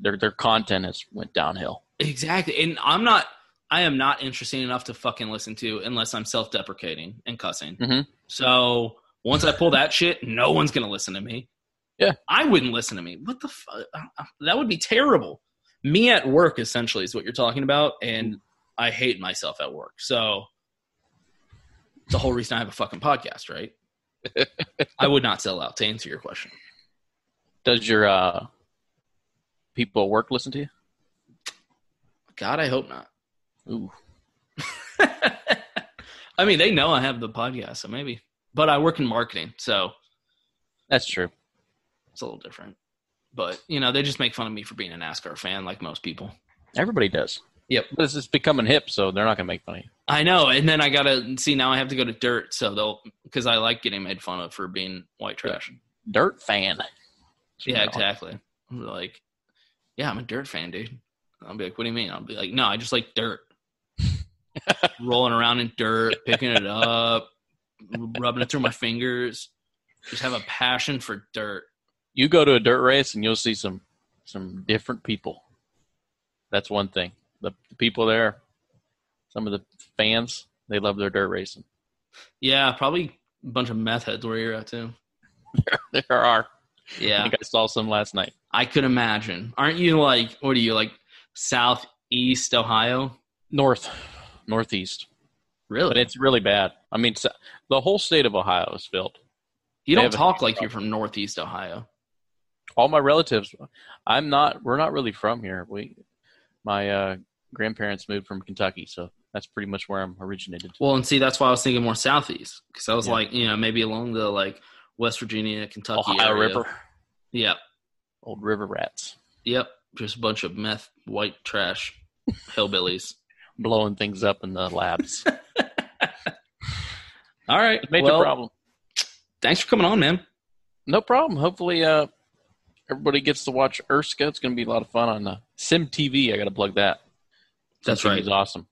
[SPEAKER 3] their their content has went downhill.
[SPEAKER 2] Exactly, and I'm not. I am not interesting enough to fucking listen to unless I'm self-deprecating and cussing.
[SPEAKER 3] Mhm.
[SPEAKER 2] So once I pull that shit, no one's gonna listen to me.
[SPEAKER 3] Yeah,
[SPEAKER 2] I wouldn't listen to me. What the fuck? That would be terrible. Me at work essentially is what you're talking about, and I hate myself at work. So it's the whole reason I have a fucking podcast, right? I would not sell out to answer your question.
[SPEAKER 3] Does your uh, people at work listen to you?
[SPEAKER 2] God, I hope not.
[SPEAKER 3] Ooh.
[SPEAKER 2] I mean, they know I have the podcast, so maybe. But I work in marketing, so
[SPEAKER 3] That's true.
[SPEAKER 2] it's a little different. But you know, they just make fun of me for being a NASCAR fan, like most people.
[SPEAKER 3] Everybody does.
[SPEAKER 2] Yep.
[SPEAKER 3] But it's, it's becoming hip, so they're not going to make fun of you.
[SPEAKER 2] I know, and then I gotta see now. I have to go to Dirt, so they'll because I like getting made fun of for being white trash.
[SPEAKER 3] Dirt fan.
[SPEAKER 2] Yeah, exactly. I'm like, yeah, I'm a Dirt fan, dude. I'll be like, what do you mean? I'll be like, no, I just like dirt, rolling around in dirt, picking it up, rubbing it through my fingers. Just have a passion for dirt.
[SPEAKER 3] You go to a dirt race and you'll see some some different people. That's one thing. The, the people there, some of the fans, they love their dirt racing.
[SPEAKER 2] Yeah, probably a bunch of meth heads where you're at too.
[SPEAKER 3] There are.
[SPEAKER 2] Yeah.
[SPEAKER 3] I think I saw some last night.
[SPEAKER 2] I could imagine. Aren't you like what are you like southeast Ohio?
[SPEAKER 3] North, northeast.
[SPEAKER 2] Really?
[SPEAKER 3] But it's really bad. I mean, so- the whole state of Ohio is filled.
[SPEAKER 2] You
[SPEAKER 3] They
[SPEAKER 2] don't
[SPEAKER 3] have a-
[SPEAKER 2] talk like you're from northeast Ohio.
[SPEAKER 3] all my relatives i'm not we're not really from here we my uh grandparents moved from kentucky so that's pretty much where i'm originated
[SPEAKER 2] Well, and see that's why I was thinking more southeast because I was
[SPEAKER 3] Yeah.
[SPEAKER 2] like, you know, maybe along the like West Virginia, Kentucky
[SPEAKER 3] ohio
[SPEAKER 2] area.
[SPEAKER 3] river
[SPEAKER 2] Yep.
[SPEAKER 3] old river rats
[SPEAKER 2] Yep. just a bunch of meth, white trash, hillbillies
[SPEAKER 3] blowing things up in the labs.
[SPEAKER 2] All right,
[SPEAKER 3] Major
[SPEAKER 2] well,
[SPEAKER 3] problem.
[SPEAKER 2] Thanks for coming on, man.
[SPEAKER 3] No problem. Hopefully, uh, everybody gets to watch Erska. It's going to be a lot of fun on uh, Sim TV. I got to plug that.
[SPEAKER 2] That's
[SPEAKER 3] Sim
[SPEAKER 2] right.
[SPEAKER 3] TV's awesome.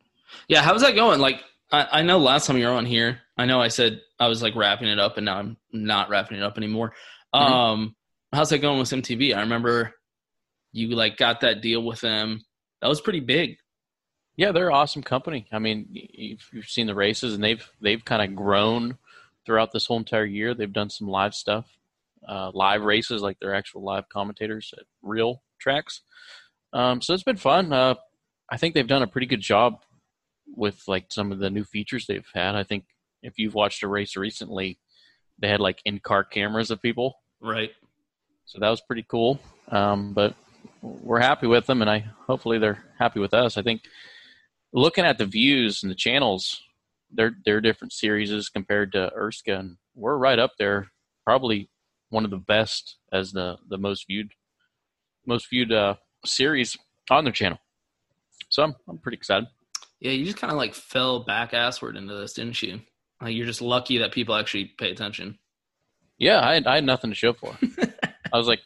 [SPEAKER 2] Yeah, how's that going? Like, I, I know last time you were on here, I know I said I was like wrapping it up, and now I'm not wrapping it up anymore.
[SPEAKER 3] Mm-hmm.
[SPEAKER 2] Um, how's that going with MTV? I remember you like got that deal with them. That was pretty big.
[SPEAKER 3] Yeah, they're an awesome company. I mean, y- you've, you've seen the races, and they've they've kind of grown throughout this whole entire year. They've done some live stuff, uh, live races, like they're actual live commentators at real tracks. Um, so it's been fun. Uh, I think they've done a pretty good job with like some of the new features they've had. I think if you've watched a race recently, they had like in car cameras of people
[SPEAKER 2] Right.
[SPEAKER 3] so that was pretty cool. Um, but we're happy with them, and I hopefully they're happy with us. I think looking at the views and the channels, they're they're different series compared to Erska, and we're right up there, probably one of the best as the the most viewed most viewed uh, series on their channel. So I'm I'm pretty excited.
[SPEAKER 2] Yeah, you just kind of like fell back assward into this, didn't you? Like, you're just lucky that people actually pay attention.
[SPEAKER 3] Yeah, I had, I had nothing to show for. it. I was like,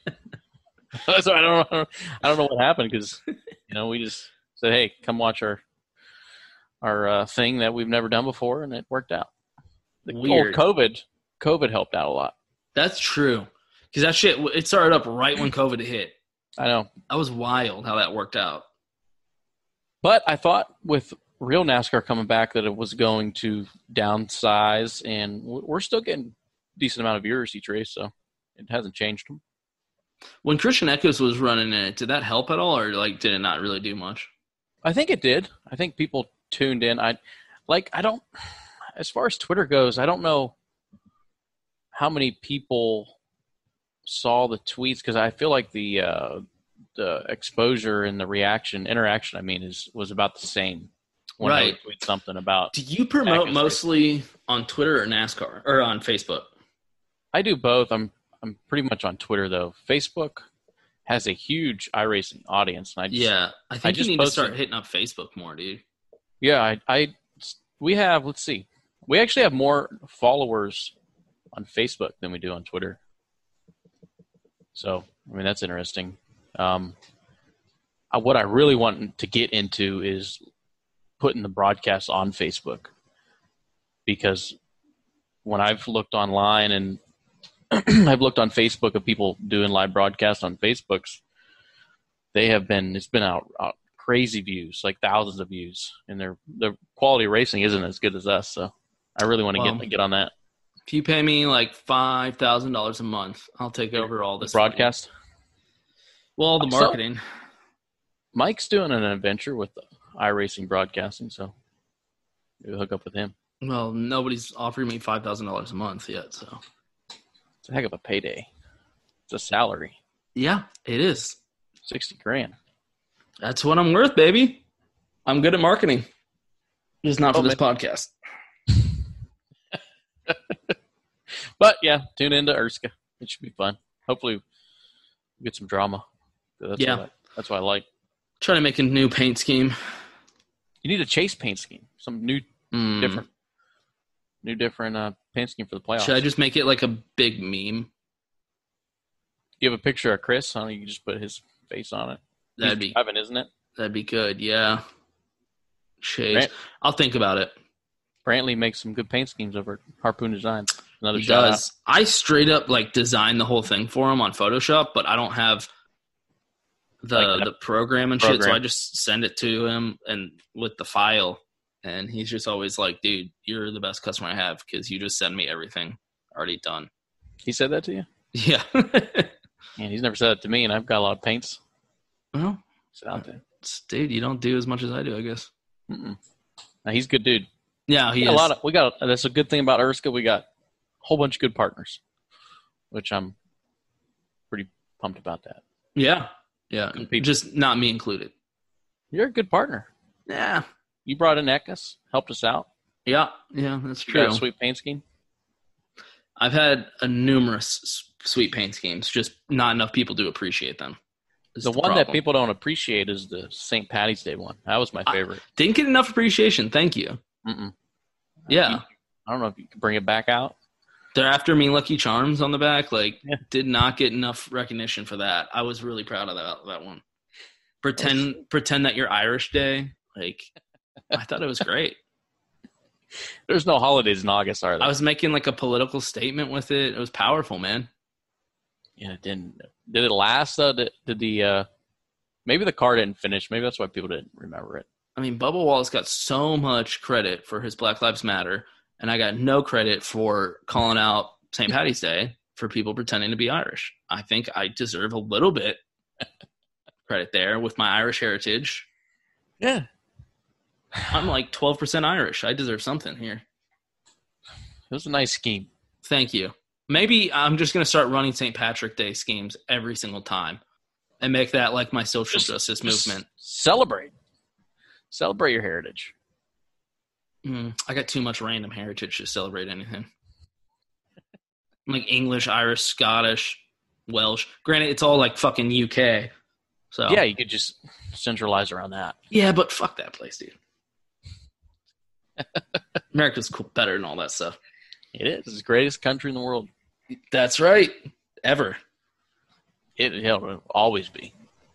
[SPEAKER 3] so I don't know, I don't know what happened because you know we just said, hey, come watch our our uh, thing that we've never done before, and it worked out. The old
[SPEAKER 2] Weird.
[SPEAKER 3] COVID, COVID helped out a lot.
[SPEAKER 2] That's true. Because that shit, it started up right when COVID hit.
[SPEAKER 3] I know.
[SPEAKER 2] That was wild how that worked out.
[SPEAKER 3] But I thought with real NASCAR coming back that it was going to downsize, and w- we're still getting decent amount of viewers each race, so it hasn't changed them.
[SPEAKER 2] When Christian Echoes was running it, did that help at all, or like did it not really do much?
[SPEAKER 3] I think it did. I think people tuned in. I like I don't as far as Twitter goes, I don't know how many people saw the tweets cuz I feel like the uh the exposure and the reaction interaction I mean is was about the same when I
[SPEAKER 2] Right.
[SPEAKER 3] would tweet something about
[SPEAKER 2] Do you promote mostly on Twitter or NASCAR or on Facebook?
[SPEAKER 3] I do both. I'm I'm pretty much on Twitter though. Facebook has a huge iRacing audience and I just,
[SPEAKER 2] Yeah, I think
[SPEAKER 3] just
[SPEAKER 2] you need
[SPEAKER 3] posted-
[SPEAKER 2] to start hitting up Facebook more, dude.
[SPEAKER 3] Yeah, I, I we have let's see, we actually have more followers on Facebook than we do on Twitter. So I mean that's interesting. Um, I, what I really want to get into is putting the broadcast on Facebook because when I've looked online and I've looked on Facebook of people doing live broadcasts on Facebooks, they have been it's been out, out crazy views, like thousands of views, and their their quality of racing isn't as good as us. So I really want to
[SPEAKER 2] Well,
[SPEAKER 3] get get on that
[SPEAKER 2] If you pay me like five thousand dollars a month, I'll take over all this
[SPEAKER 3] broadcast.
[SPEAKER 2] Well, the
[SPEAKER 3] So-
[SPEAKER 2] marketing.
[SPEAKER 3] Mike's doing an adventure with iRacing broadcasting, so maybe hook up with him.
[SPEAKER 2] well, nobody's offering me five thousand dollars a month yet, so
[SPEAKER 3] It's a heck of a payday. It's a salary.
[SPEAKER 2] yeah, it is.
[SPEAKER 3] Sixty grand.
[SPEAKER 2] That's what I'm worth, baby. I'm good at marketing. Just not for
[SPEAKER 3] Oh,
[SPEAKER 2] this podcast.
[SPEAKER 3] But yeah, tune into Erska. It should be fun. Hopefully, we get some drama. That's
[SPEAKER 2] Yeah.
[SPEAKER 3] what I, that's what I like.
[SPEAKER 2] Trying to make a new paint scheme.
[SPEAKER 3] You need a chase paint scheme, some new,
[SPEAKER 2] Mm.
[SPEAKER 3] different, new different uh, paint scheme for the playoffs.
[SPEAKER 2] Should I just make it like a big meme?
[SPEAKER 3] give a picture of Chris? I don't know, you can just put his face on it.
[SPEAKER 2] That'd
[SPEAKER 3] He's
[SPEAKER 2] be-
[SPEAKER 3] driving, isn't it?
[SPEAKER 2] That'd be good. Yeah. Chase.
[SPEAKER 3] Right.
[SPEAKER 2] I'll think about it.
[SPEAKER 3] Brantley makes some good paint schemes over at Harpoon Design. Another
[SPEAKER 2] He
[SPEAKER 3] shout out.
[SPEAKER 2] does. I straight up like designed the whole thing for him on Photoshop, but I don't have the
[SPEAKER 3] Like
[SPEAKER 2] the program and shit, so
[SPEAKER 3] program.
[SPEAKER 2] I just send it to him and with the file, and he's just always like, "Dude, you're the best customer I have because you just send me everything already done."
[SPEAKER 3] He said that to you?
[SPEAKER 2] Yeah.
[SPEAKER 3] And he's never said that to me, and I've got a lot of paints.
[SPEAKER 2] well,
[SPEAKER 3] It's out there.
[SPEAKER 2] it's- dude, you don't do as much as I do, I guess.
[SPEAKER 3] Mm-mm. Now, he's a good dude.
[SPEAKER 2] Yeah, he
[SPEAKER 3] We got
[SPEAKER 2] is.
[SPEAKER 3] a lot of we got that's a good thing about Erska. We got a whole bunch of good partners, which I'm pretty pumped about that.
[SPEAKER 2] yeah, yeah, just not me included.
[SPEAKER 3] You're a good partner.
[SPEAKER 2] Yeah,
[SPEAKER 3] You brought in Ekus, helped us out.
[SPEAKER 2] yeah, yeah. That's
[SPEAKER 3] You got
[SPEAKER 2] true.
[SPEAKER 3] a sweet paint scheme.
[SPEAKER 2] I've had a numerous s- sweet paint schemes, just not enough people to appreciate them. is
[SPEAKER 3] the,
[SPEAKER 2] the
[SPEAKER 3] one that
[SPEAKER 2] problem.
[SPEAKER 3] people don't appreciate is the St. Patty's Day one. That was my favorite.
[SPEAKER 2] Didn't get enough appreciation. Thank you.
[SPEAKER 3] Mm-mm.
[SPEAKER 2] Yeah.
[SPEAKER 3] I don't know if you can bring it back out.
[SPEAKER 2] They're after me Lucky Charms on the back. Like, did not get enough recognition for that. I was really proud of that that one. Pretend pretend that you're Irish Day. Like, I thought it was great.
[SPEAKER 3] There's no holidays in August, are there?
[SPEAKER 2] I was making like a political statement with it. It was powerful, man.
[SPEAKER 3] Yeah, it didn't. Did it last though? Did, did the uh, maybe the car didn't finish? Maybe that's why people didn't remember it.
[SPEAKER 2] I mean, Bubba Wallace got so much credit for his Black Lives Matter, and I got no credit for calling out St. Patty's Day for people pretending to be Irish. I think I deserve a little bit credit there with my Irish heritage.
[SPEAKER 3] Yeah.
[SPEAKER 2] I'm like 12% Irish. I deserve something here.
[SPEAKER 3] It was a nice scheme.
[SPEAKER 2] Thank you. Maybe I'm just going to start running St. Patrick Day schemes every single time and make that like my social justice
[SPEAKER 3] just
[SPEAKER 2] movement.
[SPEAKER 3] Celebrate, celebrate your heritage.
[SPEAKER 2] Mm, I got too much random heritage to celebrate anything. I'm like English, Irish, Scottish, Welsh. Granted, it's all like fucking UK. So
[SPEAKER 3] Yeah, you could just centralize around that.
[SPEAKER 2] yeah, but fuck that place, dude. America's cool, better than all that stuff.
[SPEAKER 3] It is the greatest country in the world.
[SPEAKER 2] That's right, ever.
[SPEAKER 3] It, it'll always be.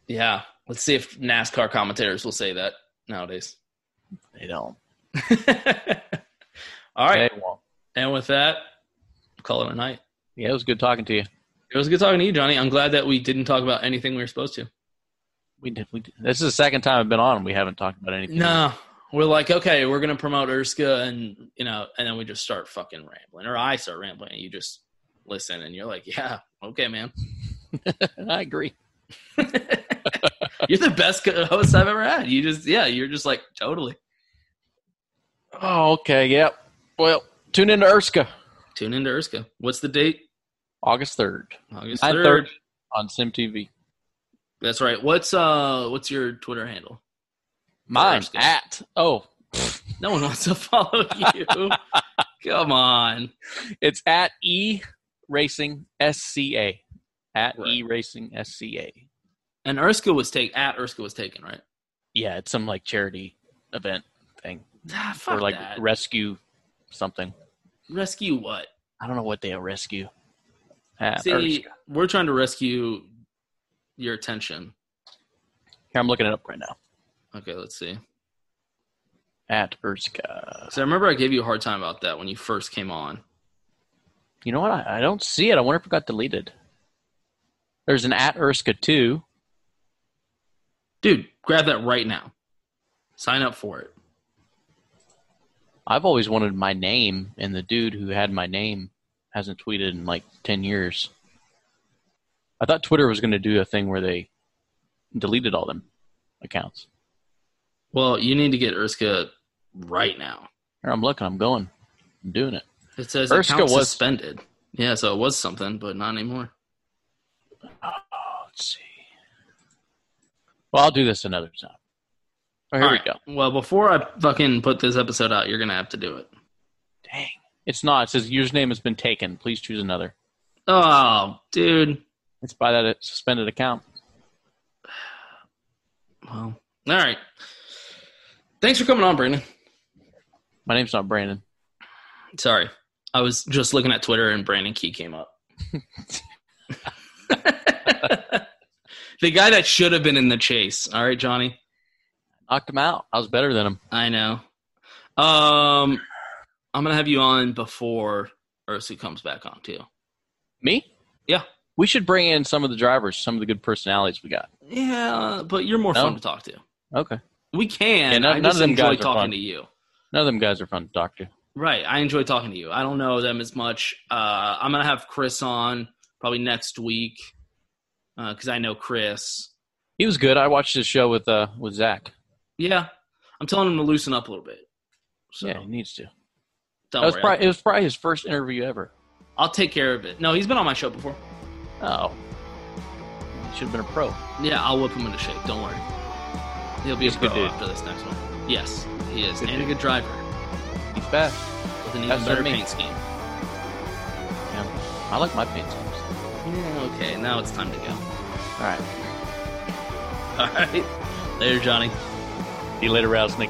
[SPEAKER 2] Yeah, let's see if NASCAR commentators will say that nowadays.
[SPEAKER 3] They don't.
[SPEAKER 2] All right,
[SPEAKER 3] They won't.
[SPEAKER 2] and with that, call it a night.
[SPEAKER 3] Yeah, it was good talking to you.
[SPEAKER 2] It was good talking to you, Johnny. I'm glad that we didn't talk about anything we were supposed to.
[SPEAKER 3] We did. We did. This is the second time I've been on. and We haven't talked about anything.
[SPEAKER 2] No, we're like, okay, we're gonna promote Erska, and you know, and then we just start fucking rambling, or I start rambling, and you just listen, and you're like, yeah, okay, man,
[SPEAKER 3] I agree.
[SPEAKER 2] you're the best co- host I've ever had. You just, yeah, you're just like totally.
[SPEAKER 3] Oh, okay. Yep. Well, tune into Erska
[SPEAKER 2] Tune into Erska. What's the date?
[SPEAKER 3] August third,
[SPEAKER 2] August
[SPEAKER 3] 9:30.
[SPEAKER 2] third.
[SPEAKER 3] on SimTV.
[SPEAKER 2] That's right. What's uh, what's your Twitter handle?
[SPEAKER 3] Mine
[SPEAKER 2] Erska.
[SPEAKER 3] at oh,
[SPEAKER 2] No one wants to follow you. Come on.
[SPEAKER 3] it's at e racing sca at
[SPEAKER 2] Right.
[SPEAKER 3] e racing sca.
[SPEAKER 2] And Erska was take at Erska was taken, right?
[SPEAKER 3] Yeah, it's some like charity event thing
[SPEAKER 2] Ah, fuck
[SPEAKER 3] or like
[SPEAKER 2] that.
[SPEAKER 3] rescue something.
[SPEAKER 2] rescue what?
[SPEAKER 3] I don't know what they rescue. At
[SPEAKER 2] See,
[SPEAKER 3] Erska.
[SPEAKER 2] we're trying to rescue your attention.
[SPEAKER 3] Here, I'm looking it up right now.
[SPEAKER 2] Okay, let's see.
[SPEAKER 3] At Erska.
[SPEAKER 2] So I remember I gave you a hard time about that when you first came on.
[SPEAKER 3] You know what? I, I don't see it. I wonder if it got deleted. There's an at Erska too.
[SPEAKER 2] Dude, grab that right now. Sign up for it.
[SPEAKER 3] I've always wanted my name, and the dude who had my name hasn't tweeted in like 10 years. I thought Twitter was going to do a thing where they deleted all them accounts.
[SPEAKER 2] Well, you need to get Erska right now.
[SPEAKER 3] Here, I'm looking, I'm going, I'm doing it.
[SPEAKER 2] It says
[SPEAKER 3] Erska
[SPEAKER 2] account
[SPEAKER 3] was-
[SPEAKER 2] suspended. Yeah, so it was something, but not anymore.
[SPEAKER 3] Let's see. Well, I'll do this another time. Oh, here
[SPEAKER 2] All
[SPEAKER 3] we
[SPEAKER 2] right.
[SPEAKER 3] go.
[SPEAKER 2] Well, before I fucking put this episode out, you're gonna have to do it.
[SPEAKER 3] Dang. It's not. It says username has been taken. Please choose another.
[SPEAKER 2] Oh, dude.
[SPEAKER 3] It's by that uh, suspended account.
[SPEAKER 2] Well, all right. Thanks for coming on, Brandon.
[SPEAKER 3] My name's not Brandon.
[SPEAKER 2] Sorry, I was just looking at Twitter and Brandon Key came up. the guy that should have been in the chase. All right, Johnny.
[SPEAKER 3] Knocked him out. I was better than him.
[SPEAKER 2] I know. Um, I'm gonna have you on before Ursu comes back on too.
[SPEAKER 3] Me?
[SPEAKER 2] Yeah,
[SPEAKER 3] We should bring in some of the drivers, some of the good personalities we got.
[SPEAKER 2] yeah, but you're more
[SPEAKER 3] No.
[SPEAKER 2] fun to talk to.
[SPEAKER 3] Okay.
[SPEAKER 2] We can.
[SPEAKER 3] Yeah, none-
[SPEAKER 2] I
[SPEAKER 3] none
[SPEAKER 2] just
[SPEAKER 3] of them
[SPEAKER 2] enjoy
[SPEAKER 3] guys are
[SPEAKER 2] talking
[SPEAKER 3] fun.
[SPEAKER 2] to you.
[SPEAKER 3] None of them guys are fun to talk to.
[SPEAKER 2] Right. I enjoy talking to you. I don't know them as much. Uh, I'm going to have Chris on probably next week because I know Chris.
[SPEAKER 3] He was good. I watched his show with uh with Zach.
[SPEAKER 2] Yeah. I'm telling him to loosen up a little bit. So
[SPEAKER 3] yeah, he needs to.
[SPEAKER 2] don't
[SPEAKER 3] That was
[SPEAKER 2] worry.
[SPEAKER 3] probably, it was probably his first interview ever.
[SPEAKER 2] I'll take care of it. No, he's been on my show before.
[SPEAKER 3] Oh, should have been a pro.
[SPEAKER 2] Yeah, I'll whip him into shape. Don't worry. He'll be
[SPEAKER 3] He's
[SPEAKER 2] a
[SPEAKER 3] a good
[SPEAKER 2] pro
[SPEAKER 3] dude.
[SPEAKER 2] after this next one. Yes, he is.
[SPEAKER 3] Good
[SPEAKER 2] and
[SPEAKER 3] dude.
[SPEAKER 2] a good driver
[SPEAKER 3] He's fast.
[SPEAKER 2] with an even
[SPEAKER 3] That's what I
[SPEAKER 2] better
[SPEAKER 3] mean.
[SPEAKER 2] paint scheme.
[SPEAKER 3] Yeah, I like my paint schemes.
[SPEAKER 2] Yeah, okay, now it's time to go.
[SPEAKER 3] All right,
[SPEAKER 2] All right. Later, Johnny.
[SPEAKER 6] See you later, Rattlesnake.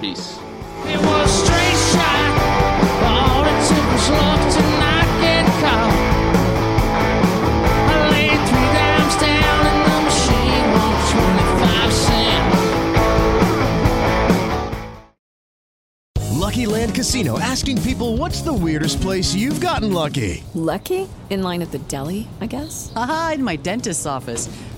[SPEAKER 2] Peace.
[SPEAKER 7] It was straight shot. All it took was luck to not get caught. I laid three dimes down and the machine won 25 cents.
[SPEAKER 8] Lucky Land Casino asking people what's the weirdest place you've gotten lucky?
[SPEAKER 9] Lucky? In line at the deli, I guess? Aha, in my dentist's office.